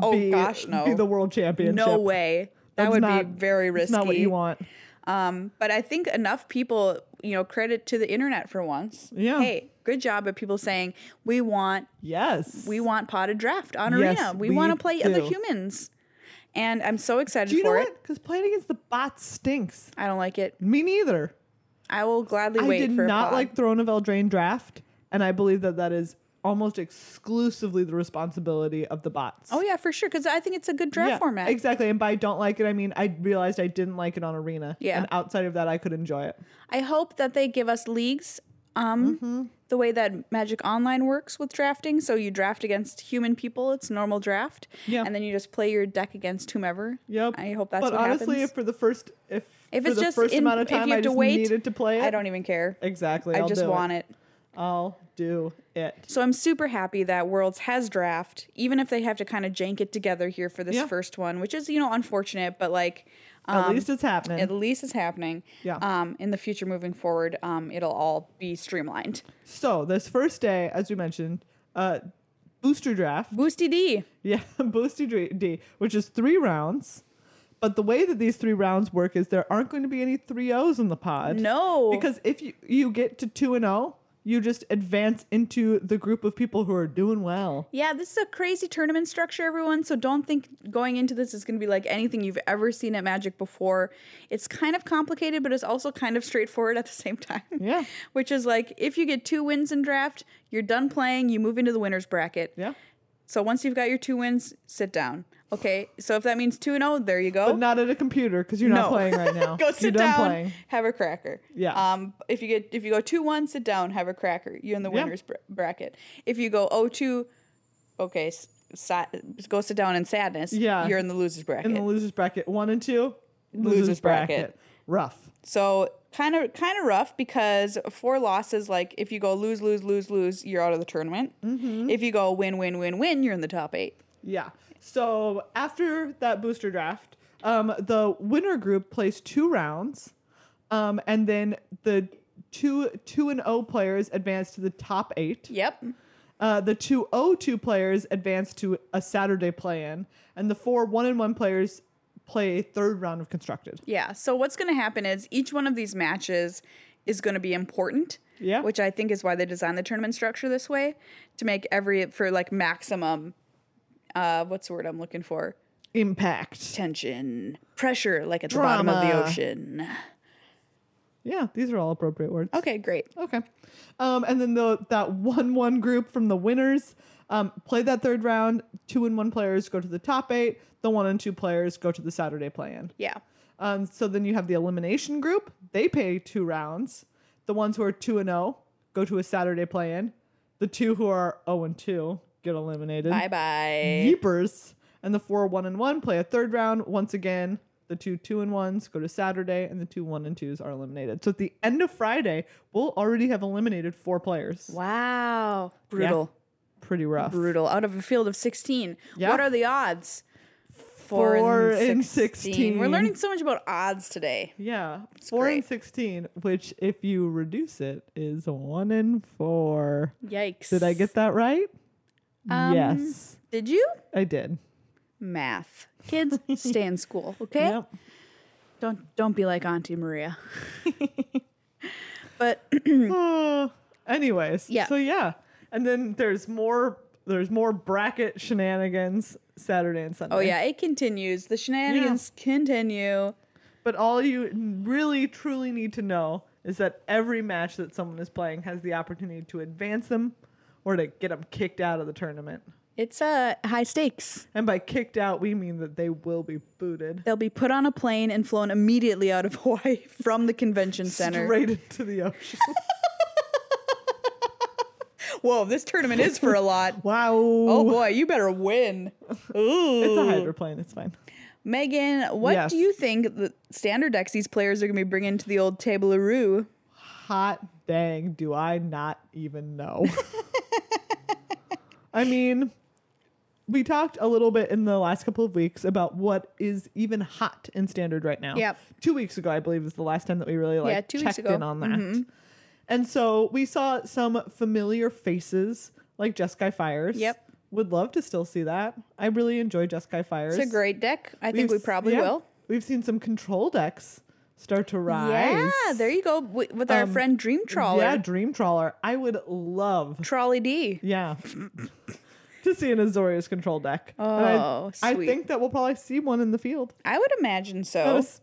Speaker 1: Oh, gosh, no.
Speaker 2: Be the world championship.
Speaker 1: No way. That
Speaker 2: That's
Speaker 1: would
Speaker 2: not-
Speaker 1: be very risky.
Speaker 2: It's not what you want.
Speaker 1: Um, but I think enough people, you know, credit to the internet for once.
Speaker 2: Yeah.
Speaker 1: Hey, good job at people saying we want
Speaker 2: Yes.
Speaker 1: We want potted draft on
Speaker 2: Yes,
Speaker 1: arena. We,
Speaker 2: we
Speaker 1: want to play other
Speaker 2: do.
Speaker 1: humans. And I'm so excited
Speaker 2: Do you know
Speaker 1: for it.
Speaker 2: what? Because playing against the bots stinks.
Speaker 1: I don't like it.
Speaker 2: Me neither.
Speaker 1: I will gladly
Speaker 2: I
Speaker 1: wait
Speaker 2: did
Speaker 1: for a
Speaker 2: not
Speaker 1: pod.
Speaker 2: like Throne of Eldraine draft, and I believe that that is almost exclusively the responsibility of the bots.
Speaker 1: Oh yeah, for sure. Because I think it's a good draft
Speaker 2: Yeah,
Speaker 1: format.
Speaker 2: Exactly. And by don't like it, I mean I realized I didn't like it on Arena.
Speaker 1: Yeah.
Speaker 2: And outside of that, I could enjoy it.
Speaker 1: I hope that they give us leagues. Um,
Speaker 2: Mm-hmm.
Speaker 1: the way that Magic Online works with drafting, so you draft against human people. It's normal draft.
Speaker 2: Yeah.
Speaker 1: And then you just play your deck against whomever.
Speaker 2: Yep.
Speaker 1: I hope that's
Speaker 2: But
Speaker 1: what
Speaker 2: honestly,
Speaker 1: happens.
Speaker 2: if for the first if,
Speaker 1: If
Speaker 2: for
Speaker 1: it's
Speaker 2: the
Speaker 1: just
Speaker 2: first
Speaker 1: in-
Speaker 2: amount of
Speaker 1: if you
Speaker 2: time
Speaker 1: have
Speaker 2: I
Speaker 1: to
Speaker 2: just
Speaker 1: wait,
Speaker 2: needed to play it.
Speaker 1: I don't even care.
Speaker 2: exactly.
Speaker 1: I
Speaker 2: I'll
Speaker 1: just
Speaker 2: do
Speaker 1: want it.
Speaker 2: I'll do it.
Speaker 1: So I'm super happy that Worlds has draft, even if they have to kind of jank it together here for this
Speaker 2: Yeah.
Speaker 1: first one, which is you know unfortunate, but like um,
Speaker 2: At least it's happening.
Speaker 1: at least it's happening.
Speaker 2: Yeah.
Speaker 1: Um, in the future, moving forward, um, it'll all be streamlined.
Speaker 2: so this first day, as we mentioned, uh booster draft.
Speaker 1: Boosty D.
Speaker 2: Yeah, Booster dra- D, which is three rounds. But the way that these three rounds work is there aren't going to be any 3 O's in the pod.
Speaker 1: No.
Speaker 2: Because if you, you get to 2 and 0, you just advance into the group of people who are doing well.
Speaker 1: Yeah, this is a crazy tournament structure, everyone. So don't think going into this is going to be like anything you've ever seen at Magic before. It's kind of complicated, but it's also kind of straightforward at the same time.
Speaker 2: Yeah.
Speaker 1: Which is like if you get two wins in draft, you're done playing, you move into the winner's bracket.
Speaker 2: Yeah.
Speaker 1: So once you've got your two wins, sit down. Okay. So if that means 2 and 0, there you go.
Speaker 2: But not at a computer because you're not
Speaker 1: No.
Speaker 2: playing right now.
Speaker 1: go sit
Speaker 2: you're done
Speaker 1: down,
Speaker 2: playing.
Speaker 1: have a cracker.
Speaker 2: Yeah.
Speaker 1: Um, if you get if you go two one, sit down, have a cracker. You're in the
Speaker 2: Yeah.
Speaker 1: winners br- bracket. If you go oh two, okay, s- sa- go sit down in sadness.
Speaker 2: Yeah.
Speaker 1: You're in the losers bracket.
Speaker 2: In the losers bracket, 1 and 2, losers,
Speaker 1: Losers bracket.
Speaker 2: Rough.
Speaker 1: so kind of kind of rough because four losses. Like if you go lose lose lose lose, you're out of the tournament.
Speaker 2: Mm-hmm.
Speaker 1: If you go win win win win, you're in the top eight.
Speaker 2: Yeah. So after that booster draft, um, the winner group plays two rounds, um, and then the two two and O players advance to the top eight.
Speaker 1: Yep.
Speaker 2: Uh, the two O two players advance to a Saturday play-in, and the four one and one players play a third round of constructed.
Speaker 1: Yeah. So what's going to happen is each one of these matches is going to be important.
Speaker 2: Yeah.
Speaker 1: Which I think is why they designed the tournament structure this way to make every for like maximum uh what's the word I'm looking for?
Speaker 2: Impact.
Speaker 1: Tension, pressure like at the bottom of the
Speaker 2: Drama.
Speaker 1: ocean.
Speaker 2: Yeah, these are all appropriate words.
Speaker 1: Okay, great.
Speaker 2: Okay. Um, and then the that one one group from the winners um, play that third round. Two and one players go to the top eight. The one and two players go to the Saturday play in.
Speaker 1: Yeah.
Speaker 2: Um, so then you have the elimination group. They play two rounds. The ones who are two and zero go to a Saturday play in. The two who are zero and two get eliminated.
Speaker 1: Bye-bye.
Speaker 2: Yeepers. And the four one and one play a third round. Once again, the two two and ones go to Saturday, and the two one and twos are eliminated. So at the end of Friday, we'll already have eliminated four players.
Speaker 1: Wow. Brutal.
Speaker 2: pretty rough.
Speaker 1: Brutal. Out of a field of 16.
Speaker 2: Yeah.
Speaker 1: What are the odds?
Speaker 2: Four in 16.
Speaker 1: We're learning so much about odds today.
Speaker 2: Yeah, four and
Speaker 1: great.
Speaker 2: sixteen, which if you reduce it is one in four.
Speaker 1: Yikes.
Speaker 2: Did I get that right?
Speaker 1: Um,
Speaker 2: yes,
Speaker 1: Did you?
Speaker 2: I did.
Speaker 1: Math. Kids, stay in school, okay?
Speaker 2: Yep.
Speaker 1: Don't don't be like Auntie Maria. but
Speaker 2: Uh, anyways,
Speaker 1: Yeah.
Speaker 2: So yeah, and then there's more. There's more bracket shenanigans Saturday and Sunday.
Speaker 1: oh yeah, it continues. The shenanigans continue.
Speaker 2: But all you really truly need to know is that every match that someone is playing has the opportunity to advance them or to get them kicked out of the tournament.
Speaker 1: It's uh high stakes.
Speaker 2: And by kicked out, we mean that they will be booted
Speaker 1: They'll be put on a plane and flown immediately out of Hawaii from the convention center.
Speaker 2: straight into the ocean.
Speaker 1: Whoa, this tournament is for a lot.
Speaker 2: wow.
Speaker 1: Oh boy, you better win. Ooh.
Speaker 2: It's a hydroplane. It's fine.
Speaker 1: Megan, what
Speaker 2: Yes.
Speaker 1: do you think the standard decks these players are going to be bringing to the old table roo?
Speaker 2: Hot dang, do I not even know? I mean, we talked a little bit in the last couple of weeks about what is even hot in standard right now.
Speaker 1: Yep.
Speaker 2: Two weeks ago, I believe, is the last time that we really like
Speaker 1: Yeah, two weeks
Speaker 2: checked
Speaker 1: ago. Mm-hmm.
Speaker 2: in on that. And so we saw some familiar faces like Jeskai Fires.
Speaker 1: Yep.
Speaker 2: Would love to still see that. I really enjoy Jeskai Fires.
Speaker 1: It's a great deck. I think we
Speaker 2: We've-
Speaker 1: probably
Speaker 2: yeah.
Speaker 1: will.
Speaker 2: We've seen some control decks start to rise.
Speaker 1: Yeah, there you go wi- with our
Speaker 2: Um,
Speaker 1: friend Dream Trawler,
Speaker 2: Yeah, Dream Trawler. I would love,
Speaker 1: Trolley D.
Speaker 2: yeah, to see an Azorius control deck. And
Speaker 1: Oh,
Speaker 2: I,
Speaker 1: sweet.
Speaker 2: I think that we'll probably see one in the field.
Speaker 1: I would imagine
Speaker 2: Out,
Speaker 1: so.
Speaker 2: of,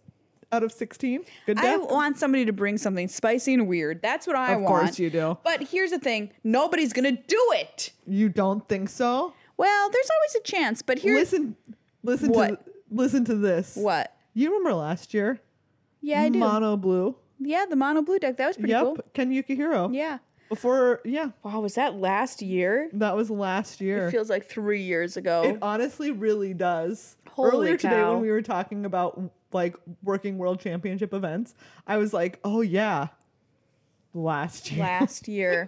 Speaker 2: out of 16. Good
Speaker 1: I
Speaker 2: deck.
Speaker 1: want somebody to bring something spicy and weird. That's what I
Speaker 2: Of
Speaker 1: want.
Speaker 2: course you do.
Speaker 1: But here's the thing: nobody's gonna do it.
Speaker 2: you don't think so?
Speaker 1: Well, there's always a chance, but here's
Speaker 2: listen, listen to
Speaker 1: What?
Speaker 2: th- listen to this.
Speaker 1: what.
Speaker 2: You remember last year?
Speaker 1: Yeah, I do.
Speaker 2: Mono blue.
Speaker 1: yeah, the mono blue deck that was pretty
Speaker 2: yep.
Speaker 1: cool.
Speaker 2: Ken Yukihiro.
Speaker 1: Yeah.
Speaker 2: Before, yeah,
Speaker 1: Wow, was that last year?
Speaker 2: that was last year.
Speaker 1: It feels like three years ago.
Speaker 2: It honestly really does.
Speaker 1: Holy
Speaker 2: Earlier today,
Speaker 1: cow.
Speaker 2: when we were talking about like working world championship events, I was like, "Oh yeah, last year,
Speaker 1: last year.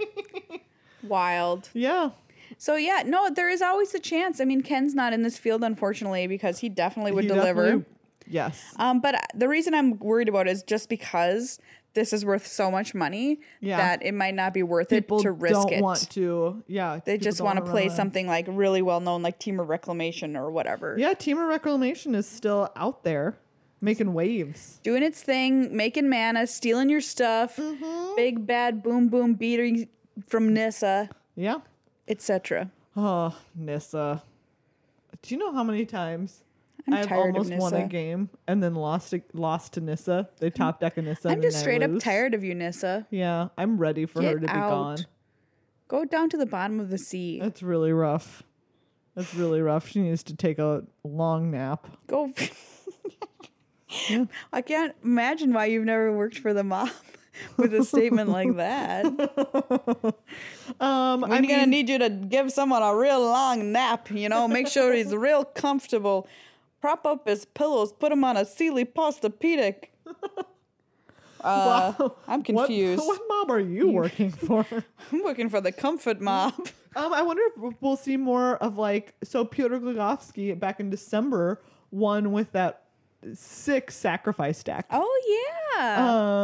Speaker 1: Wild.
Speaker 2: yeah,
Speaker 1: So yeah, no, there is always a chance. I mean, Ken's not in this field unfortunately because he definitely would
Speaker 2: You
Speaker 1: deliver.
Speaker 2: definitely- yes,
Speaker 1: Um, but the reason I'm worried about it is just because this is worth so much money
Speaker 2: Yeah.
Speaker 1: that it might not be worth
Speaker 2: people
Speaker 1: it to risk
Speaker 2: don't
Speaker 1: it.
Speaker 2: want to. Yeah,
Speaker 1: they
Speaker 2: people
Speaker 1: just
Speaker 2: don't
Speaker 1: want to
Speaker 2: wanna
Speaker 1: play
Speaker 2: run.
Speaker 1: something like really well known, like Team of Reclamation or whatever.
Speaker 2: Yeah, Team of Reclamation is still out there making waves.
Speaker 1: Doing its thing, making mana, stealing your stuff,
Speaker 2: Mm-hmm.
Speaker 1: big bad boom boom beating from Nissa,
Speaker 2: Yeah.
Speaker 1: etc.
Speaker 2: Oh, Nissa. Do you know how many times
Speaker 1: I'm
Speaker 2: I've
Speaker 1: tired of
Speaker 2: almost won a
Speaker 1: Nissa.
Speaker 2: game and then lost a, lost to Nissa? They top deck a Nissa.
Speaker 1: I'm
Speaker 2: and then
Speaker 1: just
Speaker 2: I
Speaker 1: straight up
Speaker 2: lose.
Speaker 1: tired of you, Nissa.
Speaker 2: Yeah, I'm ready for her
Speaker 1: Get
Speaker 2: to be
Speaker 1: out.
Speaker 2: gone.
Speaker 1: Go down to the bottom of the sea.
Speaker 2: That's really rough. That's really rough. She needs to take a long nap.
Speaker 1: Go. I can't imagine why you've never worked for the mob with a statement like that.
Speaker 2: Um,
Speaker 1: I'm gonna need you to give someone a real long nap. You know, make sure he's real comfortable. Prop up his pillows. Put him on a Sealy Postopedic. Uh, I'm
Speaker 2: what-
Speaker 1: confused.
Speaker 2: What, mob are you working for?
Speaker 1: I'm working for the comfort mob.
Speaker 2: um, I wonder if we'll see more of like so. Pyotr Glogowski back in December won with that sick sacrifice stack.
Speaker 1: Oh yeah.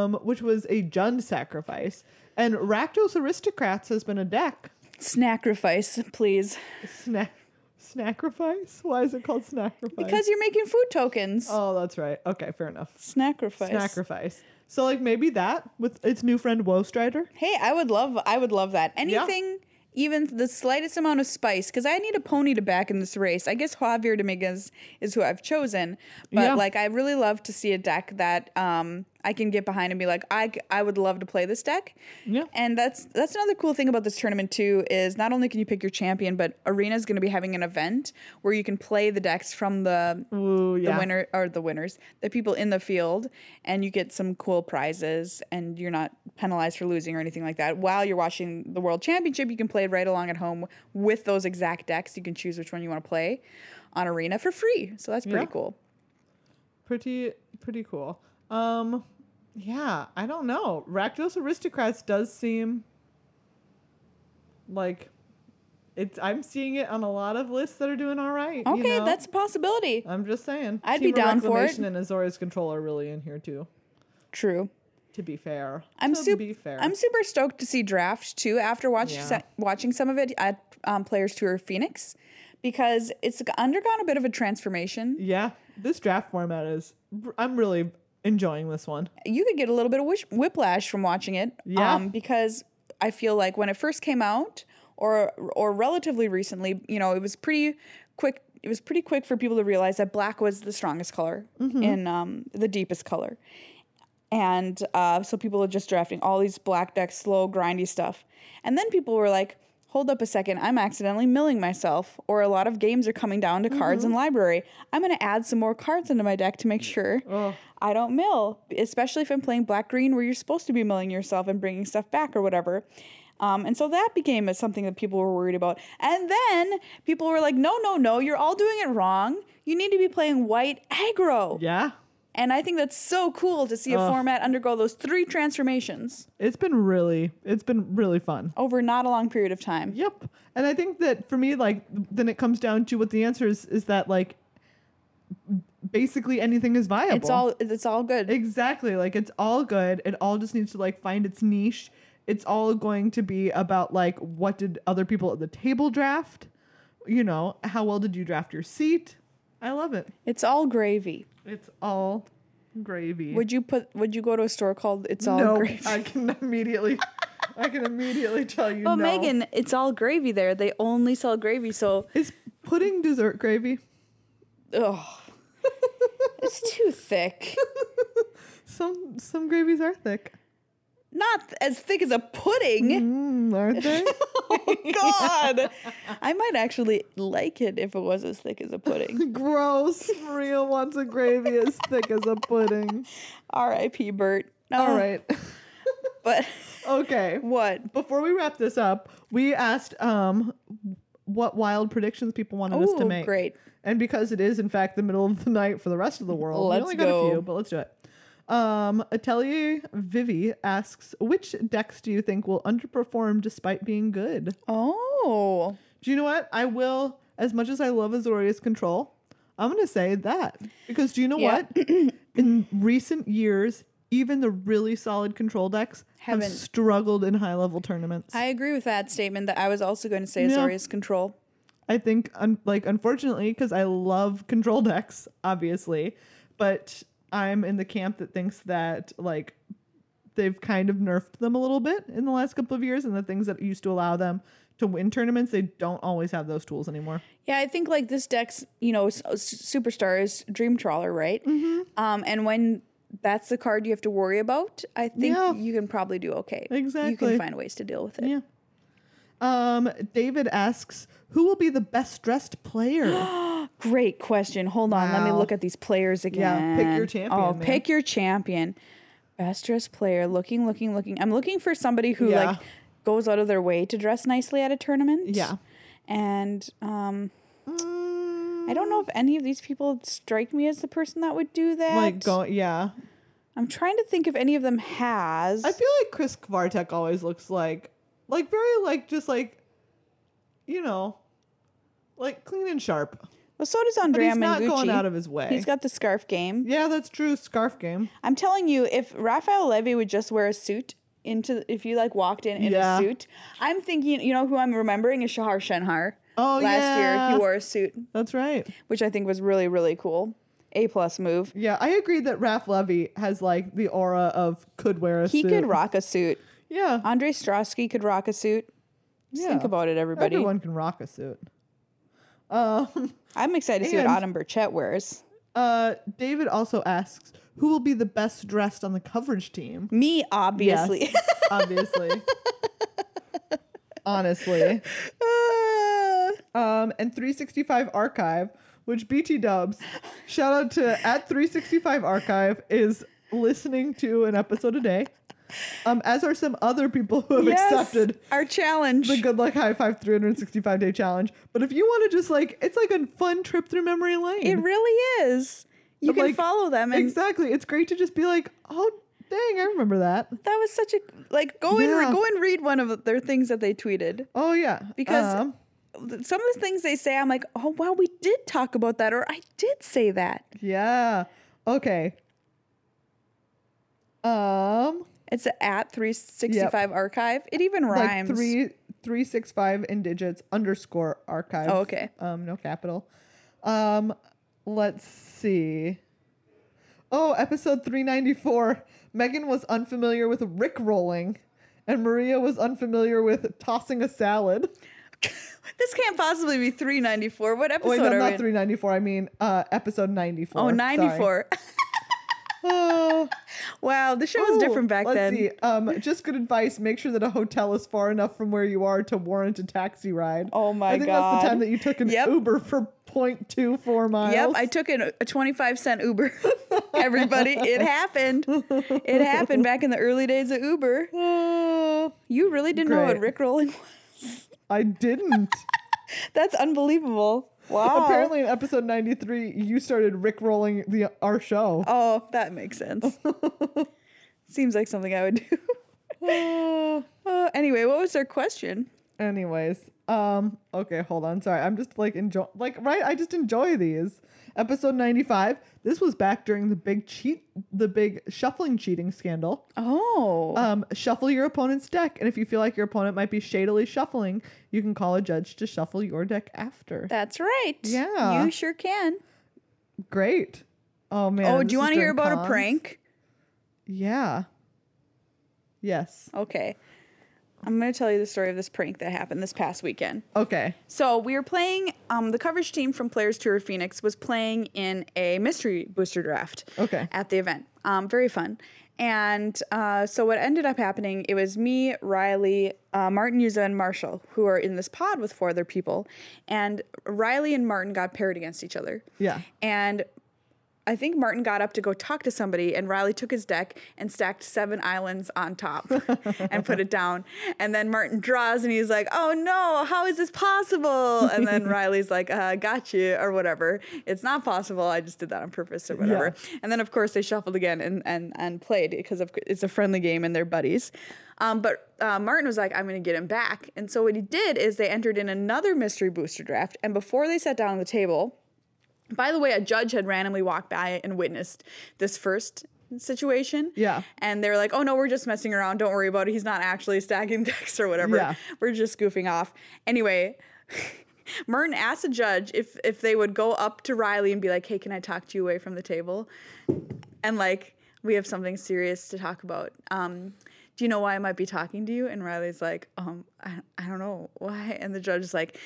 Speaker 2: um, which was a Jund sacrifice. And Rakdos Aristocrats has been a deck.
Speaker 1: Sacrifice, please,
Speaker 2: Snack sacrifice? Why is it called sacrifice?
Speaker 1: because you're making food tokens.
Speaker 2: Oh, that's right. Okay, fair enough.
Speaker 1: Sacrifice.
Speaker 2: Sacrifice. So like maybe that with its new friend Woestrider.
Speaker 1: Hey, I would love I would love that. Anything even the slightest amount of spice cuz I need a pony to back in this race. I guess Javier Dominguez is who I've chosen, but
Speaker 2: Yeah.
Speaker 1: like I really love to see a deck that um I can get behind and be like I c- I would love to play this deck.
Speaker 2: Yeah.
Speaker 1: And that's that's another cool thing about this tournament too is not only can you pick your champion, but Arena's going to be having an event where you can play the decks from the
Speaker 2: Ooh, yeah.
Speaker 1: the winner or the winners, the people in the field, and you get some cool prizes, and you're not penalized for losing or anything like that. While you're watching the World Championship, you can play right along at home with those exact decks. You can choose which one you want to play on Arena for free. So that's pretty
Speaker 2: Yeah.
Speaker 1: cool.
Speaker 2: Pretty pretty cool. Um yeah, I don't know. Rakdos Aristocrats does seem like It's I'm seeing it on a lot of lists that are doing all right. you
Speaker 1: Okay,
Speaker 2: know?
Speaker 1: that's a possibility.
Speaker 2: I'm just saying.
Speaker 1: I'd be
Speaker 2: Tiber
Speaker 1: down for it.
Speaker 2: Reclamation and Azores Control are really in here too.
Speaker 1: True.
Speaker 2: To be fair,
Speaker 1: I'm
Speaker 2: to
Speaker 1: super.
Speaker 2: be fair.
Speaker 1: I'm super stoked to see Draft too. After watching
Speaker 2: Yeah.
Speaker 1: se- watching some of it at um, Players Tour Phoenix, because it's undergone a bit of a transformation.
Speaker 2: yeah, this draft format is. I'm really enjoying this one.
Speaker 1: You could get a little bit of wish- whiplash from watching it. um,
Speaker 2: Yeah.
Speaker 1: because I feel like when it first came out, or or relatively recently, you know, it was pretty quick. It was pretty quick for people to realize that black was the strongest color in um, the deepest color. and uh, so people are just drafting all these black deck slow grindy stuff and then people were like hold up a second i'm accidentally milling myself or a lot of games are coming down to cards and library i'm going to add some more cards into my deck to make sure i don't mill especially if i'm playing black green where you're supposed to be milling yourself and bringing stuff back or whatever um, and so that became something that people were worried about. And then people were like, no, no, no, you're all doing it wrong. You need to be playing white aggro.
Speaker 2: Yeah,
Speaker 1: And I think that's so cool to see a format undergo those three transformations
Speaker 2: it's been really, it's been really fun.
Speaker 1: over not a long period of time.
Speaker 2: Yep. And I think that for me, like, then it comes down to what the answer is is that, like, basically anything is viable.
Speaker 1: It's all it's all good.
Speaker 2: Exactly. Like, it's all good. It all just needs to, like, find its niche. It's all going to be about, like, what did other people at the table draft? You know, how well did you draft your seat? I love it.
Speaker 1: it's all gravy.
Speaker 2: It's all gravy.
Speaker 1: Would you put would you go to a store called It's All
Speaker 2: no,
Speaker 1: Gravy?
Speaker 2: I can immediately, I can immediately tell you.
Speaker 1: well,
Speaker 2: no.
Speaker 1: Megan, it's all gravy there. They only sell gravy, so
Speaker 2: is pudding dessert gravy.
Speaker 1: ugh. it's too thick.
Speaker 2: Some some gravies are thick.
Speaker 1: Not as thick as a pudding. Oh,
Speaker 2: Mm, aren't they?
Speaker 1: God. I might actually like it if it was as thick as a pudding.
Speaker 2: Gross. Maria wants a gravy as thick as a pudding.
Speaker 1: R.I.P. Bert.
Speaker 2: All
Speaker 1: Uh,
Speaker 2: right.
Speaker 1: But
Speaker 2: Okay.
Speaker 1: what?
Speaker 2: Before we wrap this up, we asked um what wild predictions people wanted us to
Speaker 1: Ooh,
Speaker 2: make.
Speaker 1: great.
Speaker 2: And because it is in fact the middle of the night for the rest of the world,
Speaker 1: Let's
Speaker 2: we only got a
Speaker 1: go.
Speaker 2: few, but let's do it. Um, Atelier Vivi asks, which decks do you think will underperform despite being good?
Speaker 1: Oh.
Speaker 2: Do you know what? I will, as much as I love Azorius Control, I'm going to say that. Because do you know
Speaker 1: Yeah.
Speaker 2: what? in recent years, even the really solid control decks have
Speaker 1: Haven't-
Speaker 2: struggled in high level tournaments.
Speaker 1: I
Speaker 2: I,
Speaker 1: agree with that statement. That I was also going to say
Speaker 2: Yeah.
Speaker 1: Azorius control.
Speaker 2: think, un- like, unfortunately, because I love control decks, obviously, but I'm in the camp that thinks that, like, they've kind of nerfed them a little bit in the last couple of years, and the things that used to allow them to win tournaments, they don't always have those tools anymore.
Speaker 1: Yeah, I think like this deck's you know s- s- superstar is Dream Trawler, right?
Speaker 2: Mm-hmm.
Speaker 1: Um, and when that's the card you have to worry about, I think
Speaker 2: Yeah.
Speaker 1: you can probably do okay. You
Speaker 2: Exactly.
Speaker 1: can find ways to deal with it.
Speaker 2: Yeah. Um, David asks, who will be the best dressed player?
Speaker 1: Great question. Hold on, let me
Speaker 2: Wow.
Speaker 1: look at these players again.
Speaker 2: pick your champion,
Speaker 1: Oh,
Speaker 2: man.
Speaker 1: pick your champion. Best dressed player. Looking, looking, looking. I'm looking for somebody who
Speaker 2: Yeah.
Speaker 1: like goes out of their way to dress nicely at a tournament.
Speaker 2: Yeah.
Speaker 1: And um,
Speaker 2: Mm,
Speaker 1: I don't know if any of these people strike me as the person that would do that.
Speaker 2: like go yeah.
Speaker 1: I'm trying to think if any of them has.
Speaker 2: I feel like Chris Kvartek always looks like like very like just like you know like clean and sharp.
Speaker 1: well, so does
Speaker 2: But
Speaker 1: Andrea
Speaker 2: he's not
Speaker 1: Mangucci.
Speaker 2: going out of his way.
Speaker 1: He's got the scarf game.
Speaker 2: yeah, that's true. Scarf game.
Speaker 1: I'm telling you, if Raphael Levy would just wear a suit into, if you like walked in in
Speaker 2: Yeah.
Speaker 1: a suit, I'm thinking, you know, who I'm remembering is Shahar Shenhar.
Speaker 2: Oh,
Speaker 1: Last year,
Speaker 2: yeah.
Speaker 1: he wore a suit,
Speaker 2: That's right.
Speaker 1: which I think was really, really cool. A plus move.
Speaker 2: Yeah, I agree that Raph Levy has like the aura of could wear a
Speaker 1: He
Speaker 2: suit.
Speaker 1: could rock a suit.
Speaker 2: Yeah.
Speaker 1: Andre Strosky could rock a suit. Just think
Speaker 2: Yeah.
Speaker 1: about it, everybody.
Speaker 2: Everyone can rock a suit. Um
Speaker 1: I'm excited to see what
Speaker 2: And-
Speaker 1: Autumn Burchett wears.
Speaker 2: Uh, David also asks, who will be the best dressed on the coverage team?
Speaker 1: Me, obviously.
Speaker 2: Yes, obviously. Honestly.
Speaker 1: Ah.
Speaker 2: Um, and 365 Archive, which BT dubs, shout out to at 365 Archive, is listening to an episode a day. Um, as are some other people who have
Speaker 1: Yes,
Speaker 2: accepted
Speaker 1: our challenge.
Speaker 2: the Good Luck High Five 365 Day Challenge. But if you want to just like, it's like a fun trip through memory lane.
Speaker 1: it really is. You
Speaker 2: But,
Speaker 1: can
Speaker 2: like,
Speaker 1: follow them, and
Speaker 2: exactly. It's great to just be like, oh, dang, I remember that.
Speaker 1: that was such a like go and
Speaker 2: Yeah.
Speaker 1: re- go and read one of their things that they tweeted
Speaker 2: Oh yeah,
Speaker 1: because
Speaker 2: Um,
Speaker 1: some of the things they say, I'm like, oh wow, we did talk about that, or I did say that.
Speaker 2: Yeah. Okay. Um,
Speaker 1: It's a at 365 archive. It even
Speaker 2: like
Speaker 1: rhymes.
Speaker 2: three three six five in digits underscore archive.
Speaker 1: Oh, okay.
Speaker 2: Um, no capital. Um, let's see. Oh, episode three ninety four. Megan was unfamiliar with Rick rolling, and Maria was unfamiliar with tossing a salad.
Speaker 1: This can't possibly be 394. What episode
Speaker 2: Oh, Wait, no,
Speaker 1: are we
Speaker 2: not
Speaker 1: in?
Speaker 2: three ninety four. I mean, uh, episode ninety four.
Speaker 1: Oh, 94.
Speaker 2: Oh.
Speaker 1: wow, the show was
Speaker 2: Ooh,
Speaker 1: different back
Speaker 2: Oh, let's
Speaker 1: then.
Speaker 2: see. Um, just good advice. Make sure that a hotel is far enough from where you are to warrant a taxi ride.
Speaker 1: Oh my
Speaker 2: I think that's the time
Speaker 1: God.
Speaker 2: that you took an
Speaker 1: Yep.
Speaker 2: Uber for 0.24 miles.
Speaker 1: Yep, I took an, a 25 cent Uber. Everybody, it happened. It happened back in the early days of Uber.
Speaker 2: Oh,
Speaker 1: You really didn't know what
Speaker 2: Great.
Speaker 1: Rickrolling was.
Speaker 2: I didn't.
Speaker 1: That's unbelievable. Wow.
Speaker 2: Apparently, in episode 93, you started rickrolling the our show.
Speaker 1: Oh, that makes sense. Seems like something I would do. Uh, anyway, what was their question?
Speaker 2: Anyways, um, okay, hold on. Sorry, I'm just like enjoy, like right. I just enjoy these. Episode 95. This was back during the big cheat, the big shuffling cheating scandal.
Speaker 1: Oh.
Speaker 2: Um, shuffle your opponent's deck, and if you feel like your opponent might be shadily shuffling, you can call a judge to shuffle your deck after.
Speaker 1: That's right.
Speaker 2: Yeah.
Speaker 1: You sure can.
Speaker 2: Great. Oh man.
Speaker 1: oh,
Speaker 2: this
Speaker 1: do you
Speaker 2: is
Speaker 1: want to hear
Speaker 2: during
Speaker 1: about a
Speaker 2: cons.
Speaker 1: prank?
Speaker 2: Yeah. Yes.
Speaker 1: Okay. I'm going to tell you the story of this prank that happened this past weekend.
Speaker 2: Okay.
Speaker 1: So we were playing. Um, the coverage team from Players Tour of Phoenix was playing in a mystery booster draft.
Speaker 2: Okay.
Speaker 1: At the event, um, very fun. And uh, so what ended up happening? It was me, Riley, uh, Martin Yuza, and Marshall, who are in this pod with four other people. And Riley and Martin got paired against each other.
Speaker 2: Yeah.
Speaker 1: And I think Martin got up to go talk to somebody, and Riley took his deck and stacked seven islands on top and put it down. And then Martin draws, and he's like, "Oh no, how is this possible?" And then Riley's like, uh, "Got you," or whatever. It's not possible. I just did that on purpose, or whatever. And then of course they shuffled again and and and played because of, it's a friendly game and they're buddies. Um, but uh, Martin was like, I'm going to get him back. And so what he did is they entered in another mystery booster draft. And before they sat down at the table, by the way, a judge had randomly walked by and witnessed this first situation.
Speaker 2: Yeah.
Speaker 1: And they were like, oh no, we're just messing around. Don't worry about it. He's not actually stacking decks or whatever.
Speaker 2: Yeah.
Speaker 1: We're just goofing off. Anyway, Martin asked the judge if if they would go up to Riley and be like, hey, can I talk to you away from the table? And like, we have something serious to talk about. Um, do you know why I might be talking to you? And Riley's like, um, I, I don't know why. And the judge is like,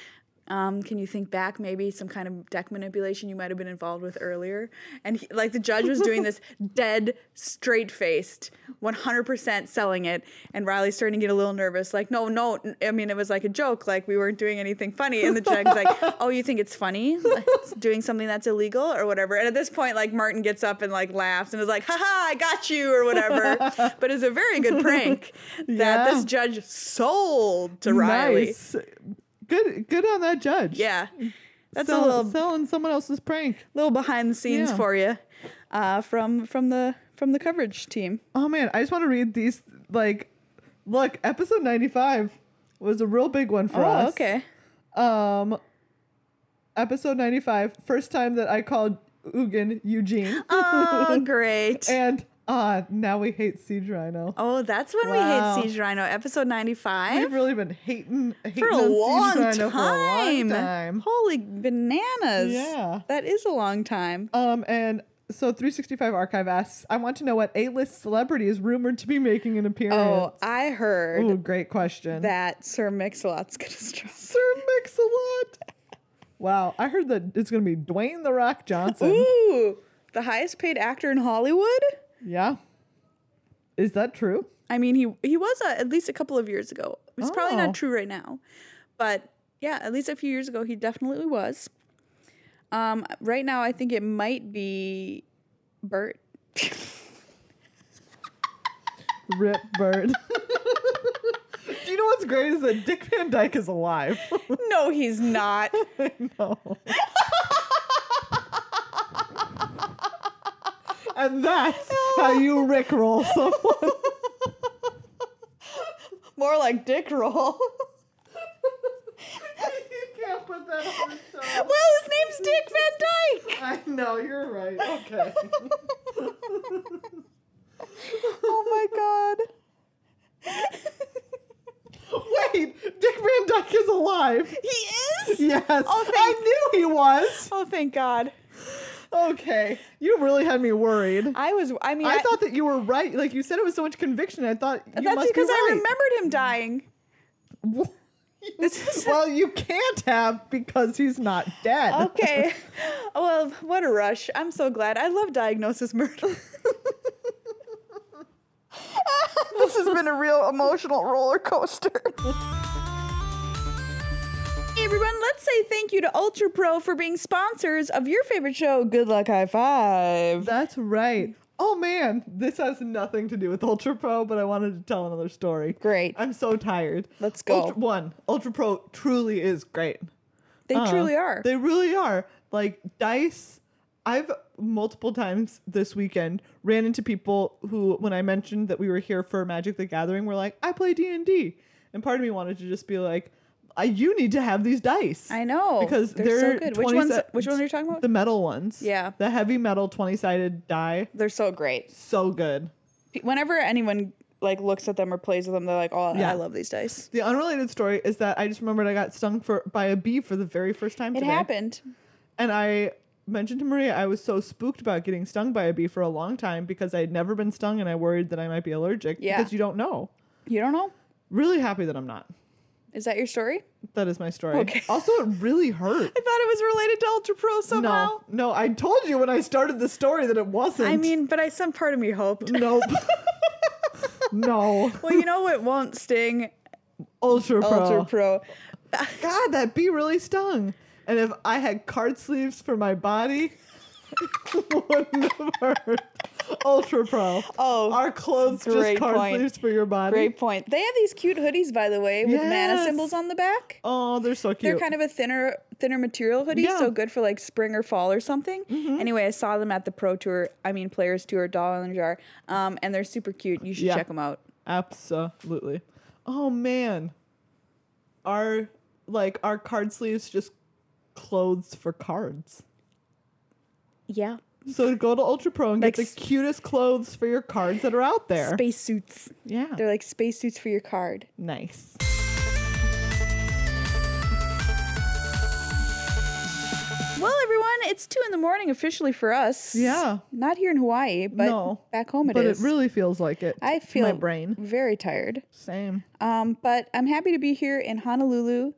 Speaker 1: um, can you think back maybe some kind of deck manipulation you might have been involved with earlier? And he, like the judge was doing this dead, straight faced, 100% selling it. And Riley's starting to get a little nervous, like, no, no. n- I mean, it was like a joke, like we weren't doing anything funny. And the judge's like, oh, you think it's funny Like, doing something that's illegal or whatever? And at this point, like Martin gets up and like laughs and is like, haha, I got you or whatever. but it's a very good prank that
Speaker 2: Yeah.
Speaker 1: this judge sold to Riley.
Speaker 2: Nice. Good. Good on that judge.
Speaker 1: Yeah. That's a
Speaker 2: Sell-
Speaker 1: little
Speaker 2: selling someone else's prank.
Speaker 1: little behind the scenes
Speaker 2: Yeah.
Speaker 1: for you uh, from from the from the coverage team.
Speaker 2: Oh man, I just want to read these. Like, look, episode 95 was a real big one for us.
Speaker 1: Oh, okay.
Speaker 2: Um, episode 95, first time that I called Ugin Eugene.
Speaker 1: Oh, great.
Speaker 2: And uh, now we hate Siege Rhino.
Speaker 1: oh, that's when
Speaker 2: Wow.
Speaker 1: we hate Siege Rhino, episode
Speaker 2: We've
Speaker 1: ninety-five.
Speaker 2: really been hating, hating
Speaker 1: For a,
Speaker 2: on Siege
Speaker 1: long
Speaker 2: Rhino for a long
Speaker 1: time.
Speaker 2: time.
Speaker 1: Holy bananas.
Speaker 2: Yeah.
Speaker 1: That is a long time.
Speaker 2: Um, and so 365 Archive asks, I want to know what A-list celebrity is rumored to be making an appearance.
Speaker 1: Oh, I heard
Speaker 2: Ooh, great question.
Speaker 1: that Sir Mix-a-Lot's gonna struggle.
Speaker 2: Sir Mix-a-Lot. Wow, I heard that it's gonna be Dwayne the Rock Johnson.
Speaker 1: Ooh, the highest paid actor in Hollywood?
Speaker 2: Yeah, is that true?
Speaker 1: I mean, he he was uh, at least a couple of years ago. It's probably
Speaker 2: Oh.
Speaker 1: not true right now, but yeah, at least a few years ago, he definitely was. Um, right now, I think it might be Bert.
Speaker 2: Rip Bird. Do you know what's great is that Dick Van Dyke is alive.
Speaker 1: no, he's not.
Speaker 2: no. and that's how you rickroll someone.
Speaker 1: More like Dick Roll.
Speaker 2: you No, you're right. Okay.
Speaker 1: Oh my god.
Speaker 2: Wait, Dick Van Dyke is alive.
Speaker 1: he is?
Speaker 2: Yes.
Speaker 1: Oh, thank-
Speaker 2: I knew he was.
Speaker 1: Oh, thank God.
Speaker 2: Okay. You really had me worried.
Speaker 1: I was, I mean,
Speaker 2: I thought that you were right. Like you said it with so much conviction. I thought you
Speaker 1: that's
Speaker 2: must
Speaker 1: because
Speaker 2: be
Speaker 1: I
Speaker 2: right.
Speaker 1: remembered him dying. This is-
Speaker 2: well, you can't have because he's not dead.
Speaker 1: Okay. well, what a rush. I'm so glad. I love diagnosis murder. this has been a real emotional roller coaster. Hey everyone, let's say thank you to Ultra Pro for being sponsors of your favorite show, Good Luck High Five.
Speaker 2: That's right. Oh man, this has nothing to do with Ultra Pro, but I wanted to tell another story.
Speaker 1: Great.
Speaker 2: I'm so tired.
Speaker 1: Let's go.
Speaker 2: Ultra, one, Ultra Pro truly is great.
Speaker 1: Uh-huh. They
Speaker 2: Uh,
Speaker 1: truly are.
Speaker 2: They really are. Like dice, I've multiple times this weekend ran into people who, when I mentioned that we were here for Magic the Gathering, were like, "I play D and D," and part of me wanted to just be like, I, "You need to have these dice."
Speaker 1: I know.
Speaker 2: because
Speaker 1: They're
Speaker 2: they're,
Speaker 1: so good. Which
Speaker 2: 20
Speaker 1: ones-
Speaker 2: si-
Speaker 1: which one are you talking about?
Speaker 2: The metal ones.
Speaker 1: Yeah.
Speaker 2: the heavy metal twenty sided die.
Speaker 1: They're so great.
Speaker 2: So good.
Speaker 1: P- Whenever anyone like looks at them or plays with them, they're like, "Oh,
Speaker 2: Yeah.
Speaker 1: I love these dice."
Speaker 2: The unrelated story is that I just remembered I got stung for by a bee for the very first time
Speaker 1: It
Speaker 2: today.
Speaker 1: happened.
Speaker 2: And I mentioned to Maria I was so spooked about getting stung by a bee for a long time because I had never been stung and I worried that I might be allergic
Speaker 1: Yeah.
Speaker 2: because you don't know.
Speaker 1: You don't know?
Speaker 2: Really happy that I'm not.
Speaker 1: Is that your story?
Speaker 2: That is my story.
Speaker 1: Okay.
Speaker 2: Also, it really
Speaker 1: I
Speaker 2: hurt.
Speaker 1: thought it was related to Ultra Pro somehow.
Speaker 2: No, no, I told you when I started the story that it wasn't.
Speaker 1: I mean, but I some part of me hoped.
Speaker 2: nope. no.
Speaker 1: Well, you know what won't sting
Speaker 2: Ultra pro.
Speaker 1: Ultra Pro.
Speaker 2: God, that bee really stung. And if I had card sleeves for my body, it wouldn't have hurt. Ultra pro.
Speaker 1: Oh,
Speaker 2: our clothes just
Speaker 1: great
Speaker 2: card
Speaker 1: point.
Speaker 2: sleeves for your body.
Speaker 1: Great point. They have these cute hoodies, by the way, with mana
Speaker 2: Yes.
Speaker 1: symbols on the back.
Speaker 2: Oh, they're so cute.
Speaker 1: They're kind of a thinner, thinner material hoodie,
Speaker 2: Yeah.
Speaker 1: so good for like spring or fall or something. Anyway, I saw them at the Pro Tour. I mean, Players Tour, Doll in a Jar, um, and they're super cute. You should
Speaker 2: Yeah.
Speaker 1: check them out.
Speaker 2: Absolutely. Oh man, our like our card sleeves just clothes for cards.
Speaker 1: Yeah,
Speaker 2: So go to Ultra Pro and
Speaker 1: Like
Speaker 2: get
Speaker 1: s-
Speaker 2: the cutest clothes for your cards that are out there.
Speaker 1: space suits.
Speaker 2: yeah,
Speaker 1: They're like space suits for your card.
Speaker 2: nice.
Speaker 1: Well, everyone, it's two in the morning officially for us.
Speaker 2: Yeah.
Speaker 1: Not here in Hawaii, but
Speaker 2: No,
Speaker 1: back home it
Speaker 2: but
Speaker 1: is.
Speaker 2: it really feels like it.
Speaker 1: I
Speaker 2: to
Speaker 1: feel
Speaker 2: my brain.
Speaker 1: very tired.
Speaker 2: Same.
Speaker 1: Um, but I'm happy to be here in Honolulu,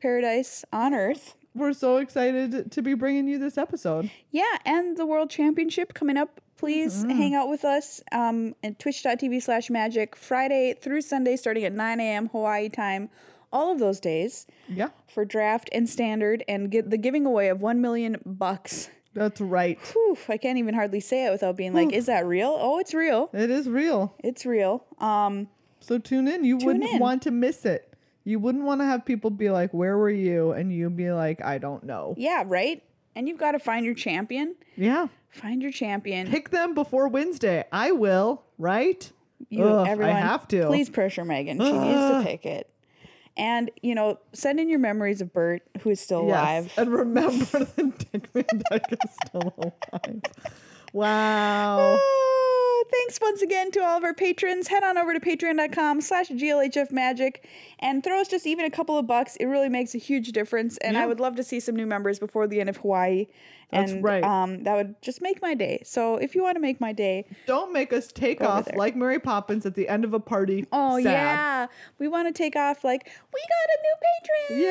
Speaker 1: paradise on earth.
Speaker 2: We're so excited to be bringing you this episode.
Speaker 1: Yeah, and the World Championship coming up. Please
Speaker 2: Mm-hmm.
Speaker 1: hang out with us um, at twitch.tv slash magic Friday through Sunday starting at 9 a.m. Hawaii time, all of those days
Speaker 2: Yeah,
Speaker 1: for draft and standard and get the giving away of 1 million bucks.
Speaker 2: that's right.
Speaker 1: Whew, I can't even hardly say it without being like, is that real? Oh, it's real.
Speaker 2: It is real.
Speaker 1: It's real. Um,
Speaker 2: So tune in. You wouldn't
Speaker 1: in.
Speaker 2: want to miss it. You wouldn't want to have people be like, "Where were you?" and you be like, "I don't know."
Speaker 1: yeah, right? And you've got to find your champion.
Speaker 2: Yeah.
Speaker 1: Find your champion.
Speaker 2: Pick them before Wednesday. I will, right?
Speaker 1: you
Speaker 2: Ugh,
Speaker 1: everyone
Speaker 2: I have to.
Speaker 1: please pressure megan she needs to
Speaker 2: Ugh.
Speaker 1: pick it and you know send in your memories of bert who is still
Speaker 2: Yes.
Speaker 1: alive
Speaker 2: And remember that Dick Van Dyke is still alive. Wow.
Speaker 1: Oh, thanks once again to all of our patrons head on over to patreon.com slash glhf magic and throw us just even a couple of bucks it really makes a huge difference and i
Speaker 2: Yeah.
Speaker 1: would love to see some new members before the end of hawaii
Speaker 2: That's
Speaker 1: and
Speaker 2: right.
Speaker 1: um, that would just make my day so if you want to make my day
Speaker 2: Don't make us take
Speaker 1: over
Speaker 2: off
Speaker 1: there.
Speaker 2: like Mary Poppins at the end of a party.
Speaker 1: oh
Speaker 2: Sad.
Speaker 1: yeah we want to take off like we got a new patron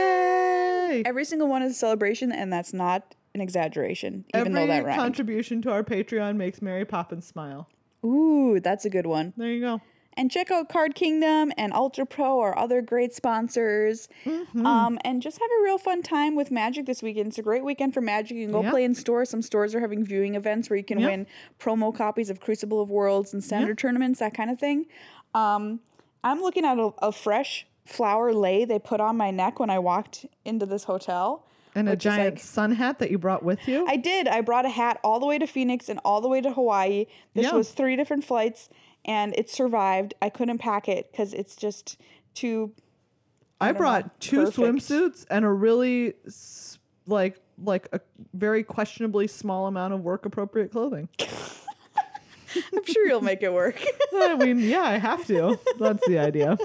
Speaker 2: Yay!
Speaker 1: Every single one is a celebration, and that's not an exaggeration, even though
Speaker 2: Every
Speaker 1: that rhymed.
Speaker 2: contribution to our Patreon makes Mary Poppins smile.
Speaker 1: Ooh, that's a good one.
Speaker 2: There you go.
Speaker 1: And check out Card Kingdom and Ultra Pro, our other great sponsors.
Speaker 2: Mm-hmm.
Speaker 1: Um, and just have a real fun time with Magic this weekend. It's a great weekend for Magic. You can go
Speaker 2: Yeah.
Speaker 1: play in stores. Some stores are having viewing events where you can
Speaker 2: Yeah.
Speaker 1: win promo copies of Crucible of Worlds and standard tournaments, that kind of thing. Um, I'm looking at a, a fresh flower lei they put on my neck when I walked into this hotel.
Speaker 2: And a
Speaker 1: which is,
Speaker 2: giant
Speaker 1: like,
Speaker 2: sun hat that you brought with you.
Speaker 1: I did. I brought a hat all the way to Phoenix and all the way to Hawaii. This
Speaker 2: Yeah.
Speaker 1: was three different flights and it survived. I couldn't pack it because it's just too.
Speaker 2: I
Speaker 1: don't know,
Speaker 2: brought two
Speaker 1: perfect.
Speaker 2: swimsuits and a really s- like like a very questionably small amount of work appropriate clothing.
Speaker 1: I'm sure you'll make it work.
Speaker 2: I mean, yeah, I have to. That's the idea.